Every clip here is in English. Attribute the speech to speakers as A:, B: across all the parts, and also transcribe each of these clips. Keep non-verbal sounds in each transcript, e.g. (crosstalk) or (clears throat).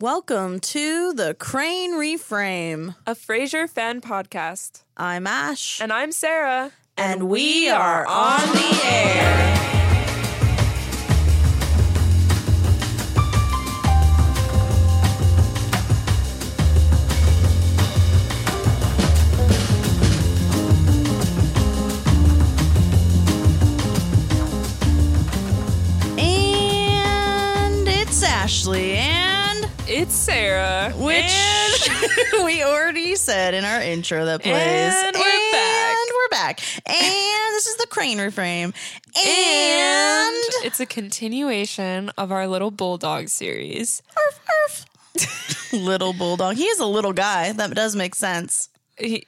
A: Welcome to the Crane Reframe.
B: a Frasier fan podcast.
A: I'm Ash,
B: And I'm Sarah.
A: and we are on the air. And it's Ashley and
B: It's Sarah.
A: which (laughs)
B: And-
A: we already said in our intro that plays.
B: And we're back.
A: And we're back. And this is the crane reframe. And,
B: and it's a continuation of our little bulldog series.
A: Arf, arf. (laughs) little bulldog. He is a little guy. That does make sense.
B: He- (laughs)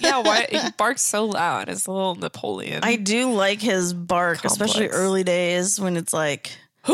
B: yeah, why he barks so loud? It's a little Napoleon.
A: I do like his bark, especially
B: Complex.
A: early days when it's like. (laughs)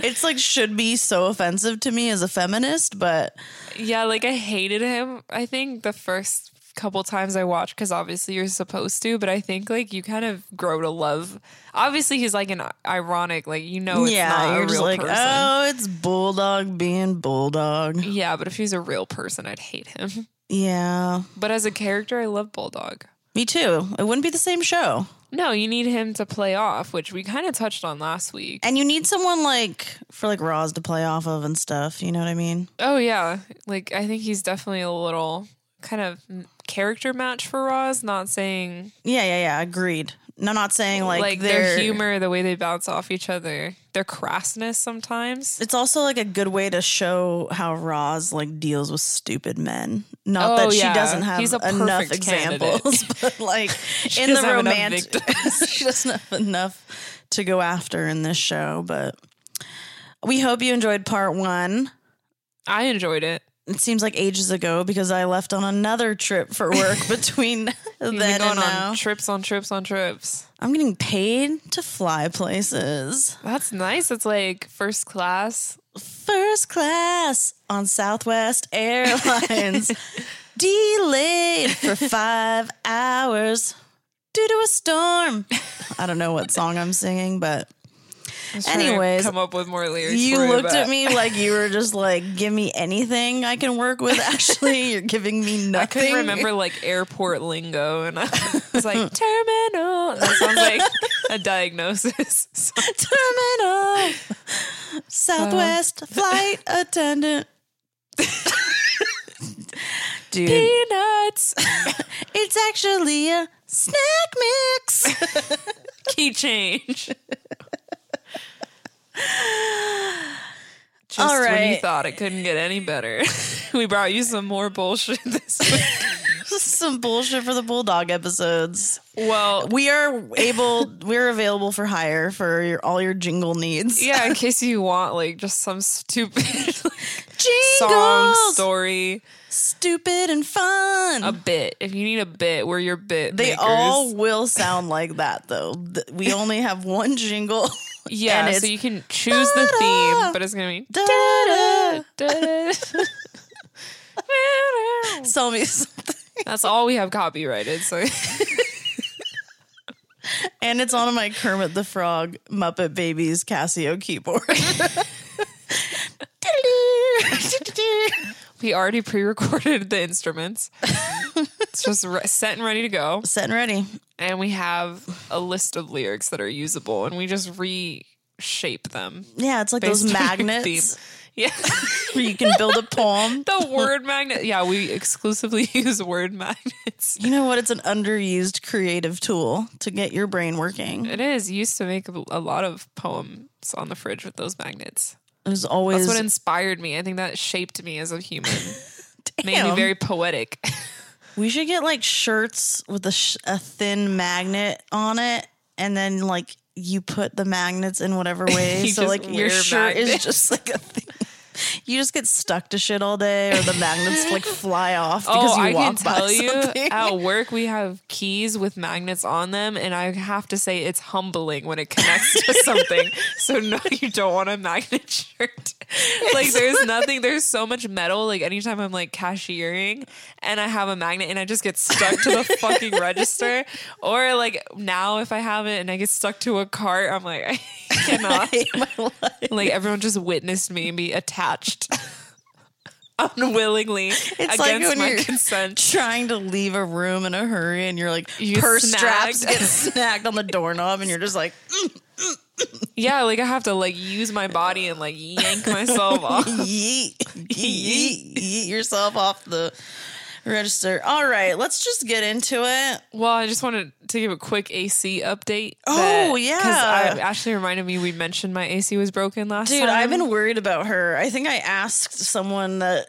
A: it's like should be so offensive to me as a feminist, but
B: yeah, like I hated him. I think the first couple times I watched because obviously you're supposed to, but I think like you kind of grow to love. Obviously, he's like an ironic, like you know, Oh, it's not
A: yeah,
B: a
A: you're just
B: real
A: like,
B: person.
A: oh, it's bulldog being bulldog.
B: Yeah, but if he's a real person, I'd hate him. (laughs)
A: Yeah.
B: But as a character, I love Bulldog.
A: Me too. It wouldn't be the same show.
B: No, you need him to play off, which we kind of touched on last week.
A: And you need someone like for like Roz to play off of and stuff. You know what I mean?
B: Oh yeah, like I think he's definitely a little kind of m- character match for Roz. Not saying
A: Yeah, yeah, yeah. Agreed. And I'm not saying like,
B: like, their
A: they're-
B: humor, the way they bounce off each other, their crassness sometimes.
A: It's also like a good way to show how Roz like deals with stupid men. Not
B: Oh,
A: that she
B: yeah.
A: doesn't have
B: He's a
A: enough
B: perfect candidate.
A: examples, (laughs) but
B: (laughs)
A: like in the
B: doesn't have enough
A: romantic, (laughs) she doesn't have enough to go after in this show. But we hope you enjoyed part one.
B: I enjoyed it.
A: it seems like ages ago because I left on another trip for work
B: (laughs)
A: between then
B: We've been
A: and
B: going
A: now.
B: on trips on trips on trips.
A: I'm getting paid to fly places.
B: That's nice. It's like first class.
A: First class on Southwest
B: (laughs)
A: Airlines. Delayed for five hours due to a storm. I don't know what song I'm singing, but
B: I was trying to
A: Anyways,
B: come up with more lyrics.
A: you
B: for it,
A: looked
B: but-
A: at me like you were just like, give me anything I can work with. Actually, you're giving me
B: (laughs) I
A: nothing.
B: couldn't remember like airport lingo,
A: (laughs)
B: and I was like terminal. And That sounds like
A: (laughs)
B: a diagnosis. (laughs) So-
A: terminal. Southwest flight attendant. Dude,
B: Peanuts, (laughs)
A: it's actually a snack mix. (laughs)
B: key
A: (sighs)
B: change. Just
A: All
B: when you
A: right.
B: thought it couldn't get any better, (laughs) we brought you some more bullshit (laughs) this week.
A: Some bullshit for the bulldog episodes.
B: (laughs) Well,
A: We are
B: (laughs)
A: able, we're available for hire for your, all your jingle needs.
B: yeah, in case you want like just some stupid (laughs) like, song
A: jingles,
B: story,
A: stupid and fun.
B: a bit. If you need a bit, we're your bit.
A: they
B: makers.
A: all will sound like that, though. Th- We only have one
B: (laughs)
A: jingle.
B: Yeah,
A: And
B: so
A: it's
B: you can choose the
A: da-da.
B: theme, but it's gonna be
A: Da-da-da.
B: (laughs) da-da.
A: Tell me something.
B: That's all we have copyrighted. So
A: And it's on my Kermit the Frog Muppet Babies Casio
B: (laughs)
A: keyboard.
B: (laughs) we already pre-recorded the instruments. it's just re- set and ready to go,
A: Set and ready.
B: and we have a list of lyrics that are usable, and we just reshape them.
A: Yeah, it's like
B: based
A: those
B: on your theme.
A: magnets
B: Yeah, (laughs)
A: where you can build a poem.
B: the word magnet. Yeah, we exclusively (laughs) use word magnets.
A: You know what? It's an underused creative tool to get your brain working. It
B: It is You used to make a a lot of poems on the fridge with those magnets.
A: was always
B: That's what inspired me. I think that shaped me as a human. Made me
A: Damn.
B: very poetic.
A: We should get like shirts with a, sh- a thin magnet on it, and then like you put the magnets in whatever way.
B: (laughs) You
A: so
B: just
A: like your
B: wear
A: shirt is
B: magnets.
A: just like a thing. You just get stuck to shit all day, or the magnets like fly off because
B: (laughs) oh,
A: you
B: I can
A: walk
B: tell
A: by
B: you
A: something. (laughs)
B: at work we have keys with magnets on them, and I have to
A: (laughs)
B: say it's humbling when it connects to something. So no, you don't want a magnet shirt. like there's nothing there's so much metal like anytime i'm like cashiering and i have a magnet and i just get stuck to
A: (laughs)
B: the fucking register or like now if i have it and i get stuck to a cart i'm like i (laughs) cannot
A: (laughs)
B: like everyone just witnessed me
A: (laughs)
B: be attached unwillingly against
A: like when
B: my
A: you're-
B: consent
A: Trying to leave a room in a hurry, and you're like
B: You get
A: purse
B: snagged.
A: straps get
B: (laughs)
A: snagged on the doorknob, and you're just like,
B: yeah like i have to like use my body and like yank myself off
A: yeet, yeet, yeet yourself off the register. All right, let's just get into it.
B: (laughs) Well, I just wanted to give a quick AC update.
A: Oh,
B: because
A: yeah.
B: Ashley reminded me we mentioned my AC was broken last
A: Dude,
B: time.
A: I've been worried about her. I think I asked someone that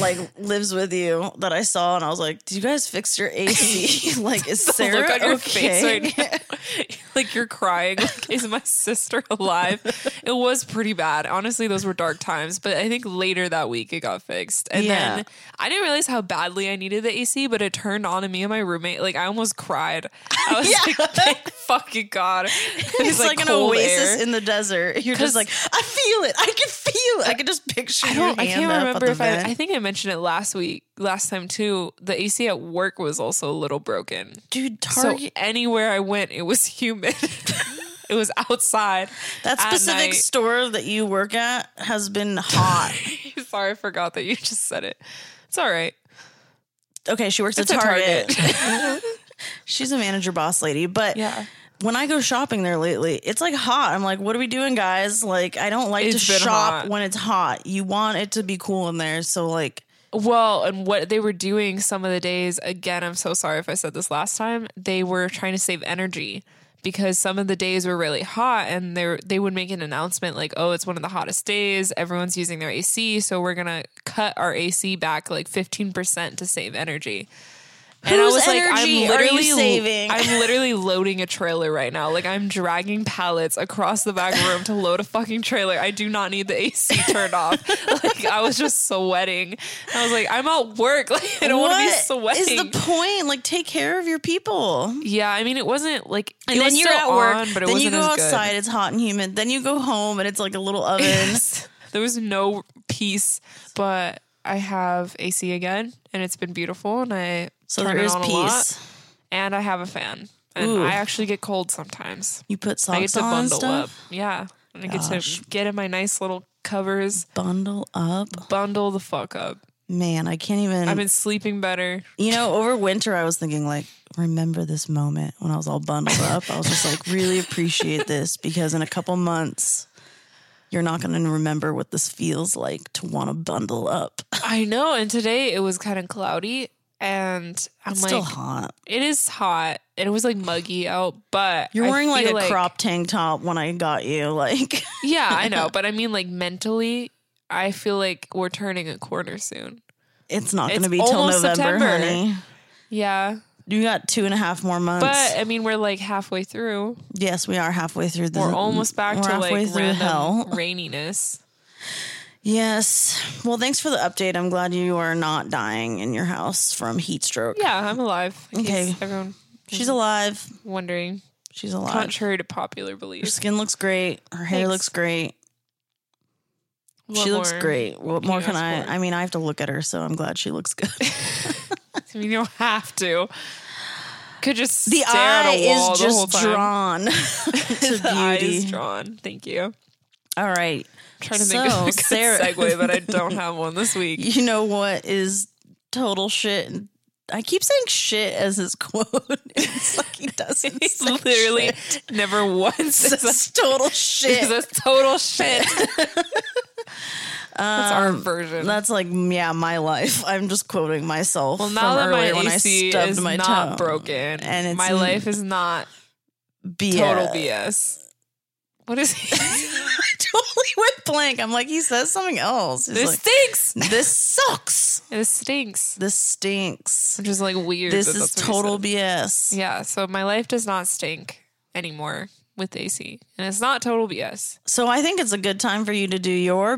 A: like (laughs) lives with you that I saw, and I was like, "Do you guys fix your AC? (laughs) like,
B: (laughs)
A: is
B: The
A: Sarah
B: look on your
A: okay?"
B: face right now. (laughs) like you're crying. Like, is my sister alive? It was pretty bad. Honestly, those were dark times. But I think later that week it got fixed. And
A: Yeah.
B: then I didn't realize how badly I needed the AC, but it turned on to me and my roommate. Like I almost cried. I
A: (laughs)
B: was
A: Yeah.
B: like, thank fucking
A: (laughs)
B: God.
A: It's like, an oasis in the desert. You're just
B: 'Cause-
A: like, I feel it. I can feel it. I can just picture.
B: I
A: your
B: don't. I
A: hand
B: can't
A: up at
B: remember
A: the
B: if I.
A: vent.
B: I think I mentioned it last week, last time too. The AC at work was also a little broken.
A: dude,
B: So
A: Target.
B: anywhere I went, it was (laughs) humid. it was outside. (laughs)
A: that
B: at
A: specific
B: night.
A: store that you work at has
B: (laughs)
A: been hot.
B: Sorry, I forgot that you just said it. It's all right.
A: okay, she works
B: It's
A: at
B: a
A: Target. (laughs)
B: Target.
A: She's a manager boss lady, but
B: Yeah.
A: When I go shopping there lately, it's like hot. I'm like, what are we doing, guys? Like, I don't like
B: It's
A: to
B: been
A: shop
B: hot.
A: when it's hot. You want it to be cool in there. So, like,
B: Well, and what they were doing some of the days, again, I'm so sorry if I said this last time, they were trying to save energy because some of the days were really hot and they were- they would make an announcement like, "Oh, it's one of the hottest days. Everyone's using their AC, so we're going to cut our AC back like 15% to save energy." and I
A: Whose
B: was like,
A: energy
B: I'm
A: are you
B: literally
A: saving?"
B: I'm literally loading a trailer right now. Like I'm dragging pallets across the back room to load a fucking trailer. I do not need the AC turned off. (laughs) Like I was just sweating. I was like, I'm at work. (laughs) Like I don't want to be
A: what is
B: sweating.
A: the point? Like, take care of your people.
B: yeah, I mean, it wasn't like
A: And
B: it
A: then
B: was
A: you're
B: still
A: at work.
B: on, but it
A: then
B: wasn't
A: you go
B: as (laughs)
A: outside. It's hot and humid. Then you go home, and it's like a little oven.
B: good. There was no peace, but I have AC again, and it's been beautiful, and I
A: So
B: turn
A: there
B: it
A: is
B: on a
A: peace.
B: lot, and I have a fan, and
A: Ooh.
B: I actually get cold sometimes.
A: You put socks
B: I get to
A: on and
B: bundle
A: stuff.
B: up. Yeah. And I get
A: Gosh.
B: to get in my nice little covers,
A: Bundle up,
B: bundle the fuck up.
A: man. I can't even.
B: I've been sleeping better.
A: You know, over winter, I was thinking, like, remember this moment when I was all bundled up. I was just like, really appreciate this because in a couple months, you're not going to remember what this feels like to want to bundle up.
B: (laughs) I know. And today it was kind of cloudy. And I'm
A: It's
B: like,
A: still hot.
B: it is hot. And it was like muggy out, but
A: You're
B: I
A: wearing like a
B: feel
A: crop tank top when I got you. Like,
B: (laughs)
A: (laughs)
B: Yeah, I (laughs) know. But I mean, like mentally, I feel like we're turning a corner soon.
A: it's not going
B: It's
A: to be till
B: almost
A: November,
B: September.
A: honey.
B: Yeah.
A: You got two and a half more months.
B: But I mean, we're like halfway through.
A: yes, we are halfway through the.
B: We're almost back
A: we're
B: to like
A: halfway through
B: random
A: hell.
B: (laughs) raininess.
A: Yes. Well, thanks for the update. I'm glad you are not dying in your house from heat stroke.
B: Yeah, I'm alive. in
A: Okay.
B: case Everyone
A: She's alive.
B: wondering.
A: She's alive.
B: contrary to popular
A: Her
B: belief.
A: skin looks great. Her hair
B: Thanks.
A: looks great.
B: What
A: she looks
B: more?
A: great. What more
B: you
A: can
B: ask
A: I?
B: for?
A: I mean, I have to look at her, so I'm glad she looks
B: (laughs)
A: good.
B: You don't have to. Could just
A: the
B: stare
A: eye
B: at a wall
A: is
B: the whole
A: just
B: time. (laughs)
A: drawn (laughs) to
B: The eye is
A: beauty.
B: drawn. Thank you. I'm
A: All right.
B: trying to
A: So,
B: make a good
A: Sarah-
B: segue, but
A: (laughs)
B: I don't have one this week.
A: You know what is total shit? I keep saying shit as his (laughs) quote. It's like he doesn't.
B: (laughs) It's
A: say
B: literally
A: shit.
B: never once. (laughs)
A: It's just total
B: Because
A: shit.
B: that's
A: (laughs)
B: total shit. that's our version.
A: Um, That's like, yeah, my life. I'm just quoting myself.
B: well, now that
A: from
B: my
A: earlier when I
B: AC
A: stubbed
B: is
A: my
B: not
A: toe.
B: broken,
A: and it's
B: my life is not
A: BS.
B: total BS. What
A: (laughs)
B: is he?
A: totally went blank. I'm like, he says something else. He's
B: this stinks.
A: like, this sucks.
B: This stinks.
A: This stinks.
B: Which is like weird.
A: This
B: that
A: is
B: that's what he said.
A: total BS.
B: Yeah, so my life does not stink anymore with AC. And it's not total BS.
A: So I think it's a good time for you to do your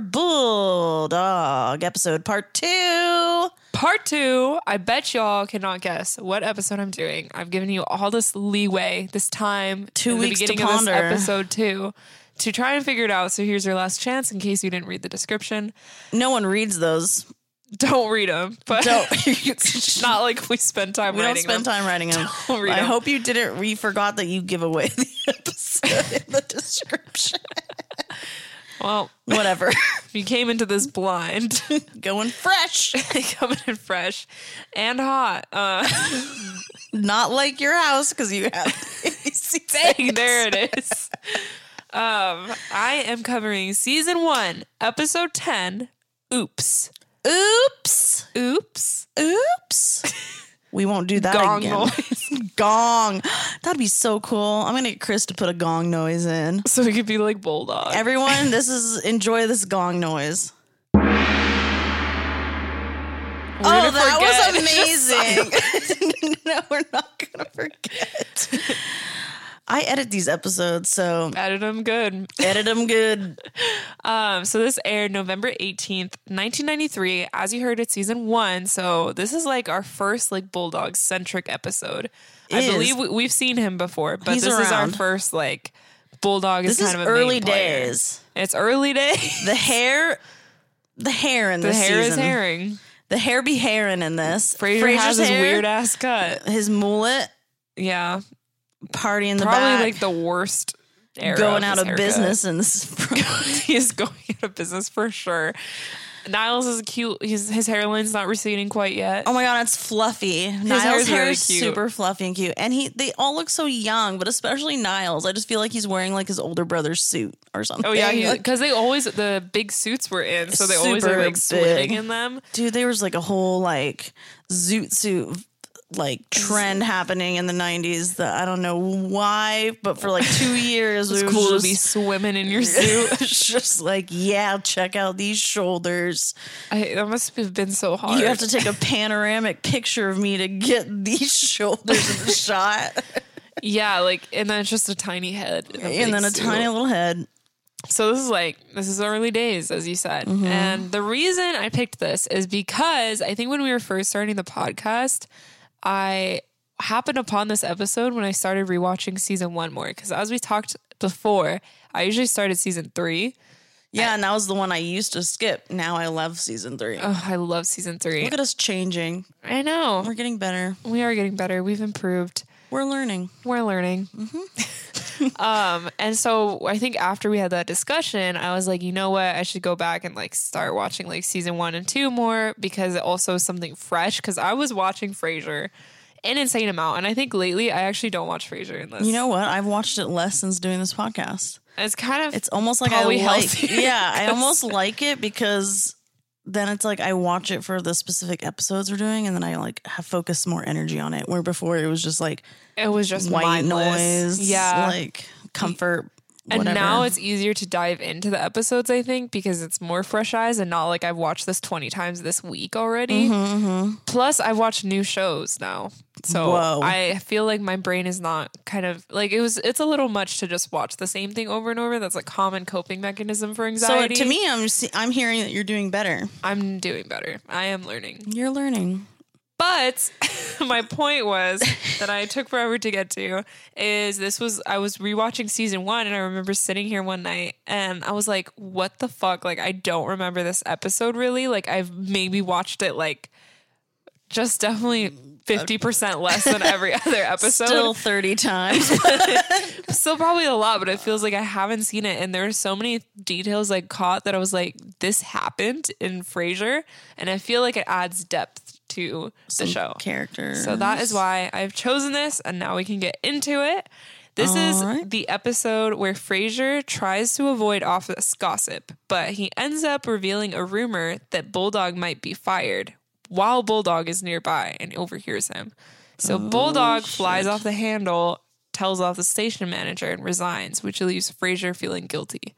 A: bulldog episode part two.
B: Part two, I bet y'all cannot guess what episode I'm doing. I've given you all this leeway, this time,
A: Two
B: in
A: weeks
B: the
A: to
B: beginning of this
A: ponder.
B: episode two, to try and figure it out. So here's your last chance in case you didn't read the description.
A: No one reads those.
B: Don't read them, but
A: Don't.
B: (laughs) it's not like we spend time
A: We don't
B: writing
A: spend
B: them.
A: time
B: (laughs)
A: writing them.
B: Don't read
A: I
B: 'em.
A: hope you didn't. We forgot that you give away (laughs) the episode in the description.
B: Well,
A: Whatever. (laughs)
B: if you came into this blind, (laughs)
A: Going fresh,
B: coming in fresh and hot. Uh,
A: not like your house because you have. AC
B: dang, there it is. (laughs) Um, I am covering season one, episode ten. Oops,
A: Oops.
B: oops,
A: Oops. We won't do that
B: gong
A: again.
B: noise.
A: (laughs) Gong. That'd be so cool. I'm gonna get Chris to put a gong noise in.
B: so it could be like bulldog.
A: Everyone, this is enjoy this gong noise.
B: We're
A: Oh,
B: gonna
A: that
B: forget. (laughs)
A: was amazing. (laughs) no, we're not going to forget. I edit these episodes, so
B: Edit them good.
A: edit them good.
B: Um, so this aired November 18th, 1993. As you heard, it's season one. So this is like our first like Bulldog centric episode. I
A: It is.
B: believe we, we've seen him before, but
A: He's
B: this is our
A: around.
B: first like Bulldog
A: This
B: is
A: is
B: kind of a main
A: early
B: player.
A: days.
B: It's early (laughs) days.
A: The hair, the hair in
B: The
A: this
B: hair is
A: season.
B: herring.
A: The hair be hairing in this.
B: Fraser
A: Frasier's
B: has his
A: hair,
B: weird ass cut.
A: his mullet,
B: Yeah,
A: party in the
B: probably
A: back,
B: like the worst. Era
A: going out
B: his
A: of
B: haircut.
A: business, and this (laughs) is
B: (laughs) he is going out of business for sure. Niles is cute. His his hairline's not receding quite yet.
A: Oh my god, it's fluffy. Niles'
B: hair's
A: hair
B: really
A: is
B: cute.
A: super fluffy and cute, and he—they all look so young, but especially Niles. I just feel like he's wearing like his older brother's suit or something.
B: Oh yeah,
A: Like,
B: because they always the big suits were in, so they always
A: Super
B: are like swimming
A: big.
B: in them.
A: dude, there was like a whole like zoot suit like trend happening in the '90s that I don't know why, but for like (laughs) two years,
B: It's
A: it was
B: cool
A: just,
B: to be swimming
A: (laughs)
B: in your suit.
A: It's just like, yeah, check out these shoulders.
B: I, that must have been so hard.
A: You have to take a panoramic picture of me to get these (laughs) shoulders in the shot,
B: yeah, like and then it's just a tiny head, and,
A: and then a tiny little head.
B: So this is like this is early days, as you said, and the reason I picked this is because I think when we were first starting the podcast, I happened upon this episode when I started rewatching season one more because as we talked before, I usually started season three.
A: Yeah, and that was the one I used to skip. Now I love season three.
B: Oh, I love season three.
A: Look at us changing.
B: I know.
A: We're getting better.
B: We are getting better. We've improved.
A: We're learning.
B: We're learning. (laughs) um, and so I think after we had that discussion, I was like, you know what? I should go back and like start watching like season one and two more because it also is something fresh. Because I was watching Frasier an insane amount, and I think lately I actually don't watch Frasier unless
A: You know what? I've watched it less since doing this podcast.
B: it's kind of
A: It's almost like
B: Probably
A: I like. (laughs)
B: healthier,
A: Yeah, I almost like it because then it's like I watch it for the specific episodes we're doing, and then I like have focus more energy on it. Where before it was just like
B: it was just
A: white
B: mindless.
A: noise,
B: yeah,
A: like comfort.
B: And
A: whatever.
B: now it's easier to dive into the episodes, I think, because it's more fresh eyes and not like I've watched this 20 times this week already.
A: Mm-hmm.
B: Plus, I've watched new shows now. So
A: Whoa.
B: I feel like my brain is not kind of like it was, it's a little much to just watch the same thing over and over. That's a common coping mechanism for
A: so
B: anxiety.
A: to me, I'm se- I'm hearing that you're doing better.
B: I'm doing better. I am learning.
A: You're learning.
B: But (laughs) my point was that I took forever to get to is this was I was rewatching season one and I remember sitting here one night and I was like, what the fuck? Like I don't remember this episode really. Like I've maybe watched it like just definitely fifty percent less than every other episode.
A: Still
B: Still, (laughs)
A: thirty times.
B: probably a lot, but it feels like I haven't seen it. And there are so many details like caught that I was like, this happened in Frasier, and I feel like it adds depth to the show.
A: character.
B: So that is why I've chosen this, and now we can get into it. This is
A: Alright.
B: the episode where Frasier tries to avoid office gossip, but he ends up revealing a rumor that Bulldog might be fired while Bulldog is nearby and overhears him. So Bulldog flies off the handle, tells off the station manager, and resigns, which leaves Frasier feeling guilty.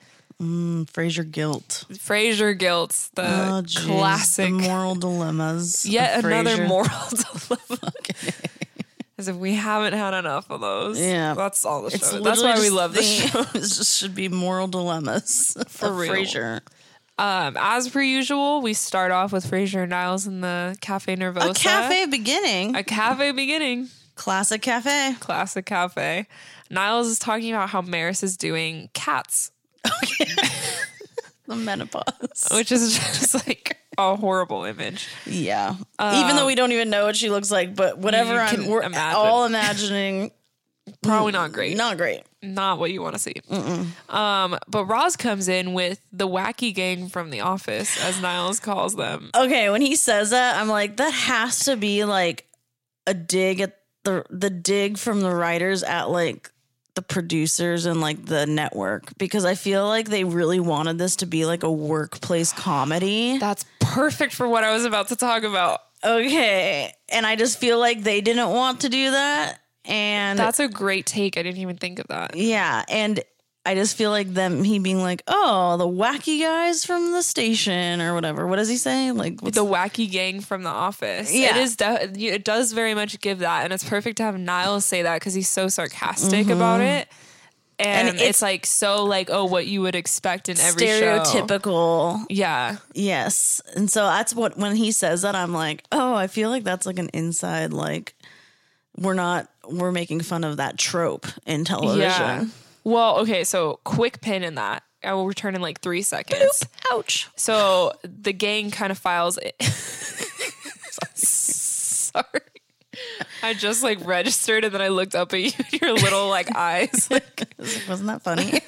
A: Fraser guilt.
B: Frasier guilt, the
A: Oh, geez,
B: classic
A: the moral dilemmas. of
B: (laughs) yet another
A: Frasier.
B: moral (laughs) dilemma. As if we haven't had enough of those.
A: Yeah.
B: That's all the show.
A: It's
B: is. That's
A: literally
B: why we
A: just
B: love this
A: the- (laughs)
B: show.
A: it just should be moral
B: (laughs)
A: dilemmas for
B: real.
A: Frasier.
B: Um, as per usual, we start off with Fraser and Niles in the Cafe Nervosa.
A: A cafe beginning,
B: A cafe beginning.
A: classic cafe.
B: Classic cafe. Niles is talking about how Maris is doing cats.
A: the menopause.
B: which is (laughs) just like a horrible image.
A: (laughs) Yeah. even though we don't even know what she looks like, but whatever
B: um, You
A: I'm,
B: can
A: we're
B: imagine.
A: all imagining.
B: Probably not great.
A: Not great.
B: Not what you want to see. Um, but Roz comes in with the wacky gang from the office, as Niles calls them.
A: Okay, when he says that, I'm like, that has to be like a dig at the the dig from the writers at like the producers and like the network because I feel like they really wanted this to be like a workplace comedy.
B: That's perfect for what I was about to talk about.
A: Okay, and I just feel like they didn't want to do that, and
B: That's a great take. I didn't even think of that.
A: Yeah, and I just feel like them he being like, "Oh, the wacky guys from the station or whatever." What does he say? Like what's
B: The wacky gang from the office.
A: Yeah.
B: It is. De- it does very much give that, and it's perfect to have Niles say that because he's so sarcastic about it, and,
A: Mm-hmm. And
B: it's,
A: it's-
B: like so like oh what you would expect in every Show.
A: stereotypical.
B: Yeah,
A: Yes. And so that's what when he says that I'm like, "Oh, I feel like that's like an inside like we're not we're making fun of that trope in television."
B: yeah. Well, okay. So quick pin in that. I will return in like three seconds.
A: Ouch.
B: So the gang kind of files. It. (laughs) Sorry. I just like registered and then I looked up at (laughs) you your little like eyes. Like,
A: (laughs) Wasn't that funny?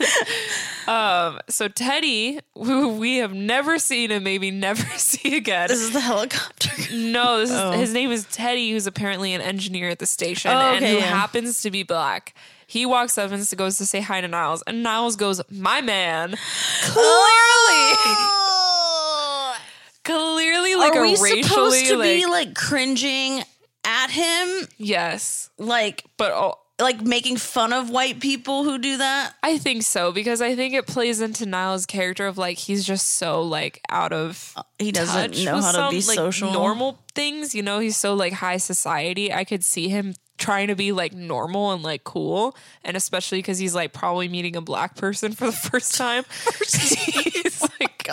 A: (laughs)
B: so Teddy, who we have never seen and maybe never (laughs) see again.
A: this is Oh. the
B: (laughs)
A: helicopter. (laughs)
B: No, this is, his name is Teddy, who's apparently an engineer at the station
A: Oh,
B: and
A: okay,
B: who
A: yeah.
B: happens to be black. He walks up and goes to say hi to Niles, and Niles goes, "My man." Clearly,
A: Oh!
B: (laughs) clearly, like
A: Are
B: a
A: we
B: racially
A: supposed to
B: like,
A: be like cringing at him
B: yes,
A: like
B: but all,
A: like making fun of white people who do that.
B: I think so because I think it plays into Niles' character of like he's just so like out of
A: Uh, He doesn't
B: touch
A: know
B: with
A: how to
B: some,
A: be
B: like,
A: social.
B: normal things. You know, he's so like high society. I could see him trying to be like normal and like cool, and especially because he's like probably meeting a black person for the (laughs) first
A: (laughs)
B: time. (laughs) he's
A: Oh
B: like,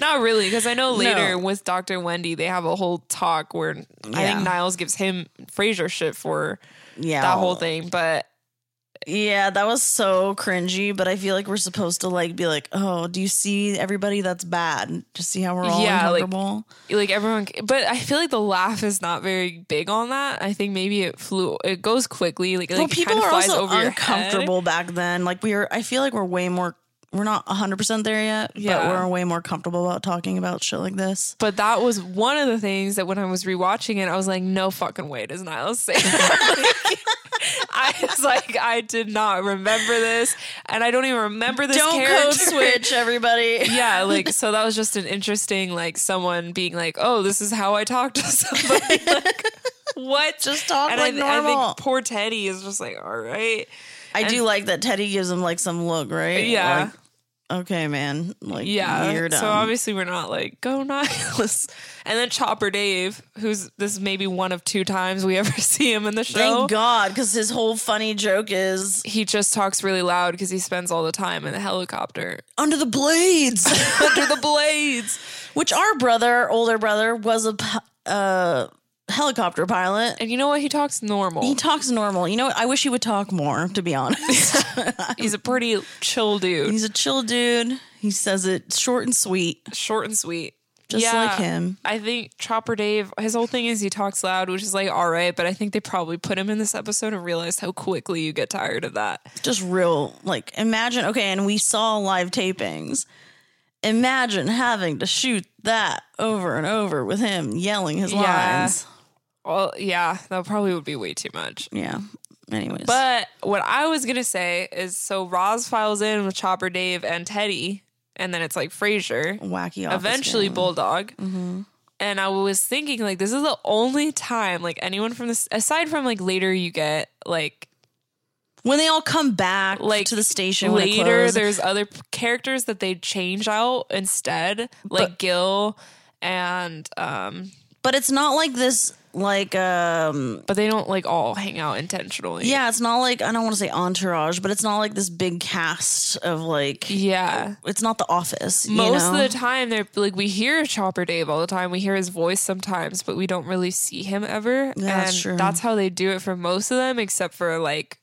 B: not really, because I know later with Doctor Wendy they have a whole talk where I
A: Yeah.
B: think Niles gives him Fraser shit for
A: Yeah,
B: that whole thing, but.
A: Yeah, that was so cringy. But I feel like we're supposed to like be like, oh, do you see everybody that's bad? Just see how we're all
B: Yeah, like-
A: uncomfortable.
B: like everyone but i feel like the laugh is not very big on that i think maybe it flew it goes quickly like,
A: well,
B: like it
A: people
B: kind of
A: were
B: flies
A: also
B: over your head.
A: uncomfortable back then. Like we are. I feel like we're way more. We're not 100% there yet, but
B: Yeah.
A: we're way more comfortable about talking about shit like this.
B: but that was one of the things that when i was rewatching it i was like no fucking way does niles say that (laughs) Like, i was like i did not remember this and i don't even remember this
A: Don't
B: character.
A: code switch, everybody.
B: (laughs) yeah like so that was just an interesting like someone being like oh this is how i talk to (laughs) somebody like what
A: (laughs) Just talk
B: and I,
A: like
B: th- I
A: normal.
B: think poor teddy is just like all right
A: I do like that Teddy gives him like some look, right?
B: yeah
A: Like, okay, man. Like,
B: Yeah.
A: you're dumb.
B: So obviously we're not like go Niles. (laughs) And then Chopper Dave, who's this maybe one of two times we (laughs) ever see him in the
A: Thank
B: show.
A: God, because his whole funny joke is
B: He just talks really loud because he spends all the time in the helicopter (laughs)
A: under the blades,
B: under the blades.
A: which our brother, older brother, was a pi- uh, helicopter pilot.
B: And you know what? He talks normal.
A: He talks normal. You know, what? I wish he would talk more. To be
B: (laughs)
A: honest,
B: He's a pretty chill dude,
A: he's a chill dude. He says it short and sweet,
B: short and sweet.
A: just
B: Yeah.
A: like him.
B: I think Chopper Dave, his whole thing is he talks loud, which is like all right, but I think they probably put him in this episode and realized how quickly you get tired of that.
A: Just real. Like, imagine. Okay, and we saw live tapings. Imagine having to shoot that over and over with him yelling his
B: Yeah.
A: lines.
B: Well, yeah, that probably would be way too much.
A: Yeah. Anyways,
B: But what I was gonna say is, so Roz files in with Chopper, Dave, and Teddy, and then it's like Frasier,
A: wacky. office
B: eventually
A: gang.
B: Bulldog. And I was thinking, like, this is the only time, like, anyone from this, aside from like later, you get like
A: when they all come back like
B: Like,
A: to the station when it
B: later.
A: closed.
B: There's other p- characters that they change out instead, like Gil, and um,
A: but it's not like this like um
B: but they don't like all hang out intentionally.
A: yeah it's not like i don't want to say entourage but it's not like this big cast of like
B: yeah.
A: it's not the office you
B: most
A: know?
B: of the time they're like we hear chopper dave all the time we hear his voice sometimes but we don't really see him ever
A: that's
B: and
A: true.
B: that's how they do it for most of them except for like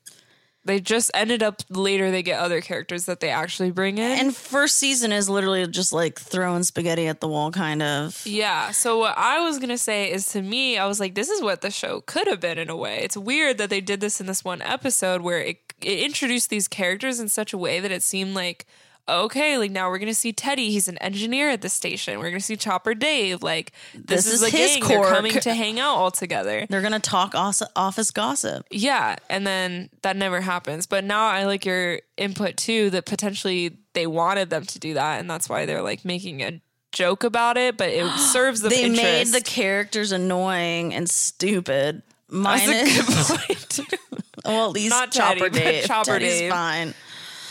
B: They just ended up later. They get other characters that they actually bring in.
A: And first season is literally just like throwing spaghetti at the wall, kind of.
B: yeah. So what I was gonna say is, to me, I was like, this is what the show could have been in a way. It's weird that they did this in this one episode where it, it introduced these characters in such a way that it seemed like. Okay, like now we're gonna see Teddy. He's an engineer at the station. We're gonna see Chopper Dave. Like this,
A: This
B: is,
A: is
B: a
A: his
B: gang. They're
A: quirk.
B: coming to hang out all together.
A: They're gonna talk os- office gossip.
B: Yeah, and then that never happens. But now I like your input too that potentially they wanted them to do that, and that's why they're like making a joke about it. But
A: (gasps)
B: it serves the
A: They
B: interest.
A: made the characters annoying and stupid.
B: That's
A: Minus,
B: a good point.
A: (laughs) well, at least
B: Not Teddy,
A: Chopper
B: but
A: Dave.
B: Chopper
A: Teddy's
B: Dave.
A: fine.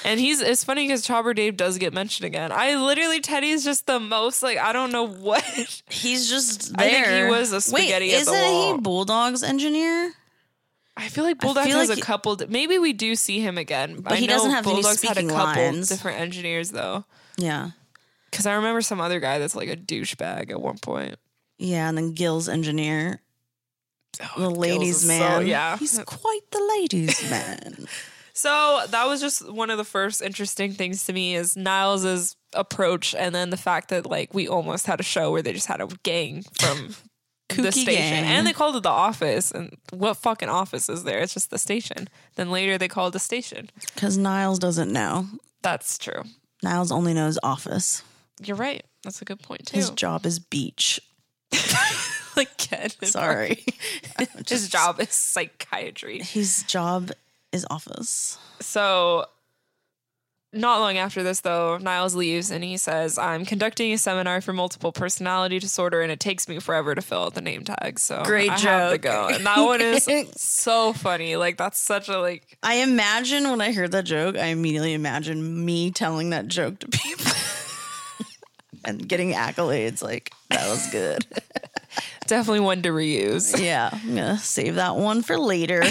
B: and he's it's funny because Chopper Dave does get mentioned again. I literally Teddy's just the most like I don't know what. (laughs)
A: He's just
B: I
A: there.
B: think he was a spaghetti
A: Wait,
B: at the
A: isn't
B: wall.
A: he Bulldog's engineer?
B: I feel like Bulldog
A: feel
B: has
A: like
B: a
A: he-
B: couple. Maybe we do see him again. But I
A: he
B: know
A: doesn't have any
B: Bulldog's had a
A: speaking
B: couple
A: lines.
B: different engineers though.
A: Yeah,
B: Because I remember some other guy that's like a douchebag at one point.
A: yeah. And then Gil's engineer, the ladies'
B: Oh, is so-
A: man.
B: yeah. (laughs)
A: he's quite the ladies' man.
B: So that was just one of the first interesting things to me is Niles's approach, and then the fact that like we almost had a show where they just had a gang from
A: (laughs)
B: the
A: Kooky
B: station,
A: gang.
B: and they called it the office. And what fucking office is there? It's just the station. Then later they called it the station.
A: Because Niles doesn't know.
B: That's true.
A: Niles only knows office.
B: You're right. That's a good point too.
A: His (laughs) job is beach.
B: like Ken, and
A: Sorry, (laughs)
B: Mark. (laughs) his job is psychiatry.
A: his job is office.
B: So, not long after this, though, Niles leaves and he says, I'm conducting a seminar for multiple personality disorder and it takes me forever to fill out the name tag. So,
A: Great
B: I have to
A: joke.
B: go. And that
A: (laughs)
B: one is so funny. Like, that's such a, like,
A: I imagine when I heard that joke, I immediately imagine me telling that joke to people (laughs) and getting accolades. Like that was good.
B: (laughs) definitely one to reuse.
A: yeah, I'm gonna save that one for later.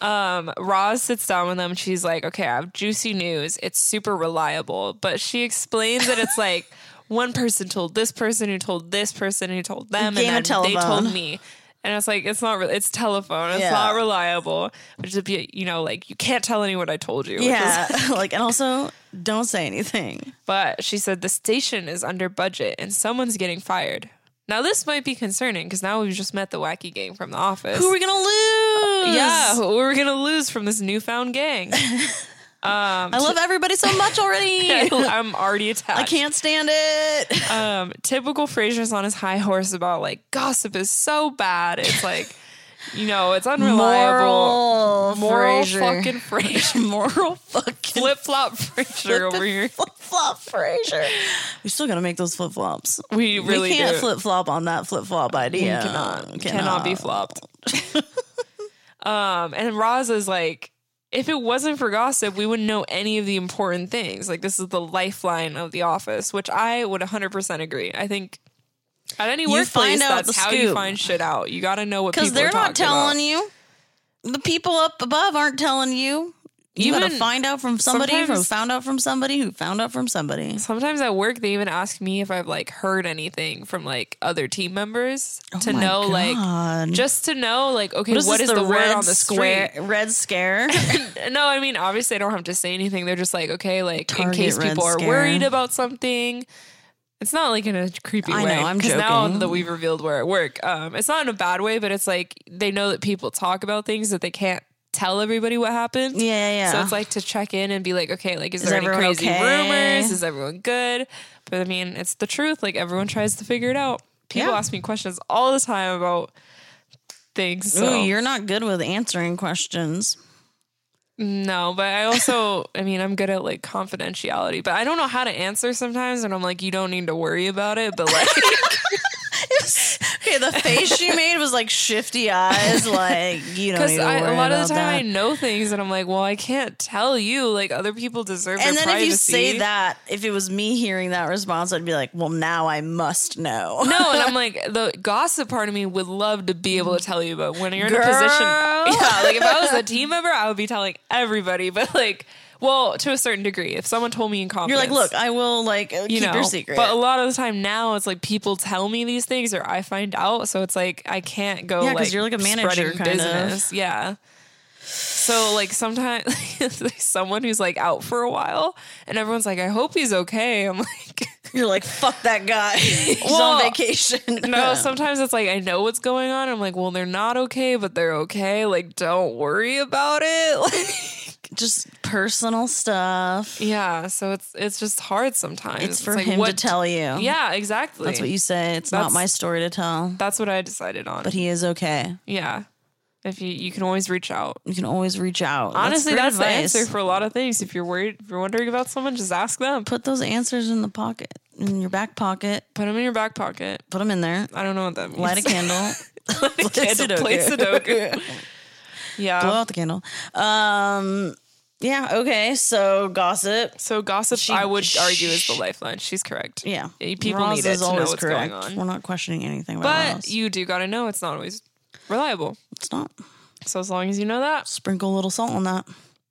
B: Um, Roz sits down with them and she's like, Okay, I have juicy news. It's super reliable. But she explains that it's like, (laughs) One person told this person who told this person who told them,
A: Game
B: and
A: of
B: then they told
A: telephone.
B: me. And it's like it's not re- it's telephone. It's
A: Yeah.
B: not reliable. Which is be you know like you can't tell anyone I told you. which is-
A: yeah, (laughs) like and also don't say anything.
B: (laughs) but she said the station is under budget and someone's getting fired. Now this might be concerning because now we've just met the wacky gang from the office.
A: Who are we gonna lose?
B: yeah, who we're gonna lose from this
A: (laughs)
B: newfound gang. (laughs)
A: I love everybody so much already.
B: I'm already attached.
A: I can't stand it.
B: Um, typical Frasier's on his high horse about like gossip is so bad. It's like, you know, it's
A: Moral,
B: unreliable. Moral
A: Frasier.
B: fucking
A: (laughs)
B: Frasier.
A: moral fucking
B: Flip flop Frasier over here.
A: flip flop Frasier. We still gotta make those flip flops.
B: We really
A: we can't
B: do.
A: flip flop on that flip flop idea.
B: cannot, cannot
A: Cannot.
B: be flopped. (laughs) um, and Roz is like, if it wasn't for gossip, we wouldn't know any of the important things. Like this is the lifeline of the office, which I would 100% agree. I think at any workplace,
A: find out
B: that's
A: the
B: how you
A: scoop.
B: find shit out. You got to know what people
A: because
B: are
A: they're not
B: talking about.
A: telling you. The people up above aren't telling you. You gotta
B: Even
A: find out from somebody who
B: sometimes-
A: found out from somebody who found out from somebody.
B: Sometimes at work, they even ask me if I've like heard anything from like other team members to
A: Oh my
B: know,
A: God.
B: like, just to know, like, okay,
A: What is, this,
B: the, word
A: red
B: on the
A: square?
B: square?
A: Red
B: (laughs)
A: scare.
B: No, I mean, obviously, I don't have to say anything. They're just like, okay, like,
A: Target
B: in case
A: red
B: people are
A: scare.
B: worried about something. It's not like in a creepy
A: I
B: way.
A: know, I'm
B: 'cause Now
A: joking.
B: that we've revealed where I work, um, it's not in a bad way, but it's like they know that people talk about things that they can't tell everybody what happened.
A: Yeah, yeah, yeah.
B: So it's like to check in and be like, okay, like, is,
A: Is
B: there any
A: everyone
B: crazy
A: okay?
B: rumors? Is everyone good? But I mean, it's the truth. Like everyone tries to figure it out. People
A: Yeah.
B: ask me questions all the time about things. So.
A: Ooh, you're not good with answering questions.
B: No, but I also, I mean, I'm good at like confidentiality, but I don't know how to answer sometimes. And I'm like, you don't need to worry about it. But
A: (laughs)
B: like,
A: Okay, the face she made was like shifty (laughs) eyes, like you don't.
B: because
A: Need to
B: I,
A: worry
B: a lot of
A: about
B: the time
A: that.
B: I know things and I'm like, well, I can't tell you. Like, other people deserve
A: And
B: their
A: then if you say
B: privacy.
A: that, if it was me hearing that response, I'd be like, well, now I must know.
B: No, and I'm like, the gossip part of me would love to be able to tell you, but when you're in a
A: Girl.
B: position, yeah, like if I
A: (laughs)
B: was a team member, I would be telling everybody, but like, well, to a certain degree, if someone told me in
A: (laughs) You're
B: confidence,
A: like, look, I will like keep
B: you know,
A: your secret.
B: But a lot of the time now, it's like people tell me these things or I find out, so it's like I can't go
A: Yeah, 'cause
B: like
A: you're like a manager,
B: spreading
A: kind of.
B: business. Yeah. So like sometimes (laughs) there's someone who's like out for a while, and everyone's like, "I hope he's okay." I'm like.
A: (laughs)
B: (laughs)
A: You're like, fuck that guy. (laughs) He's
B: Well,
A: on vacation. (laughs)
B: No, sometimes it's like I know what's going on. I'm like, well, they're not okay, but they're okay. Like, don't worry about it. (laughs) Like,
A: just personal stuff.
B: yeah, so it's it's just hard sometimes.
A: It's for
B: like,
A: him to
B: what-
A: tell you.
B: Yeah, exactly.
A: That's what you say. It's not
B: That's-
A: my story to tell,
B: That's what I decided on.
A: but he is okay.
B: yeah, if you you can always reach out.
A: You can always reach out.
B: Honestly,
A: great
B: that's the
A: advice.
B: answer for a lot of things. If you're worried, if you're wondering about someone, just ask them. Put,
A: Put those answers in the pocket, in your back pocket.
B: put them in your back pocket.
A: Put them in there.
B: I don't know what that means.
A: Light a candle. (laughs)
B: Light (laughs) a candle.
A: Sudoku. (laughs)
B: Play Sudoku. yeah.
A: Blow out the candle. Um, yeah. Okay. So gossip.
B: So gossip,
A: She-
B: I would
A: sh-
B: argue, is the lifeline. She's correct.
A: Yeah.
B: people
A: Roz
B: need it to know what's going
A: We're
B: on.
A: not questioning anything about
B: But
A: Roz.
B: you do got to know it's not always reliable.
A: it's not.
B: So as long as you know that,
A: Sprinkle a little salt on that.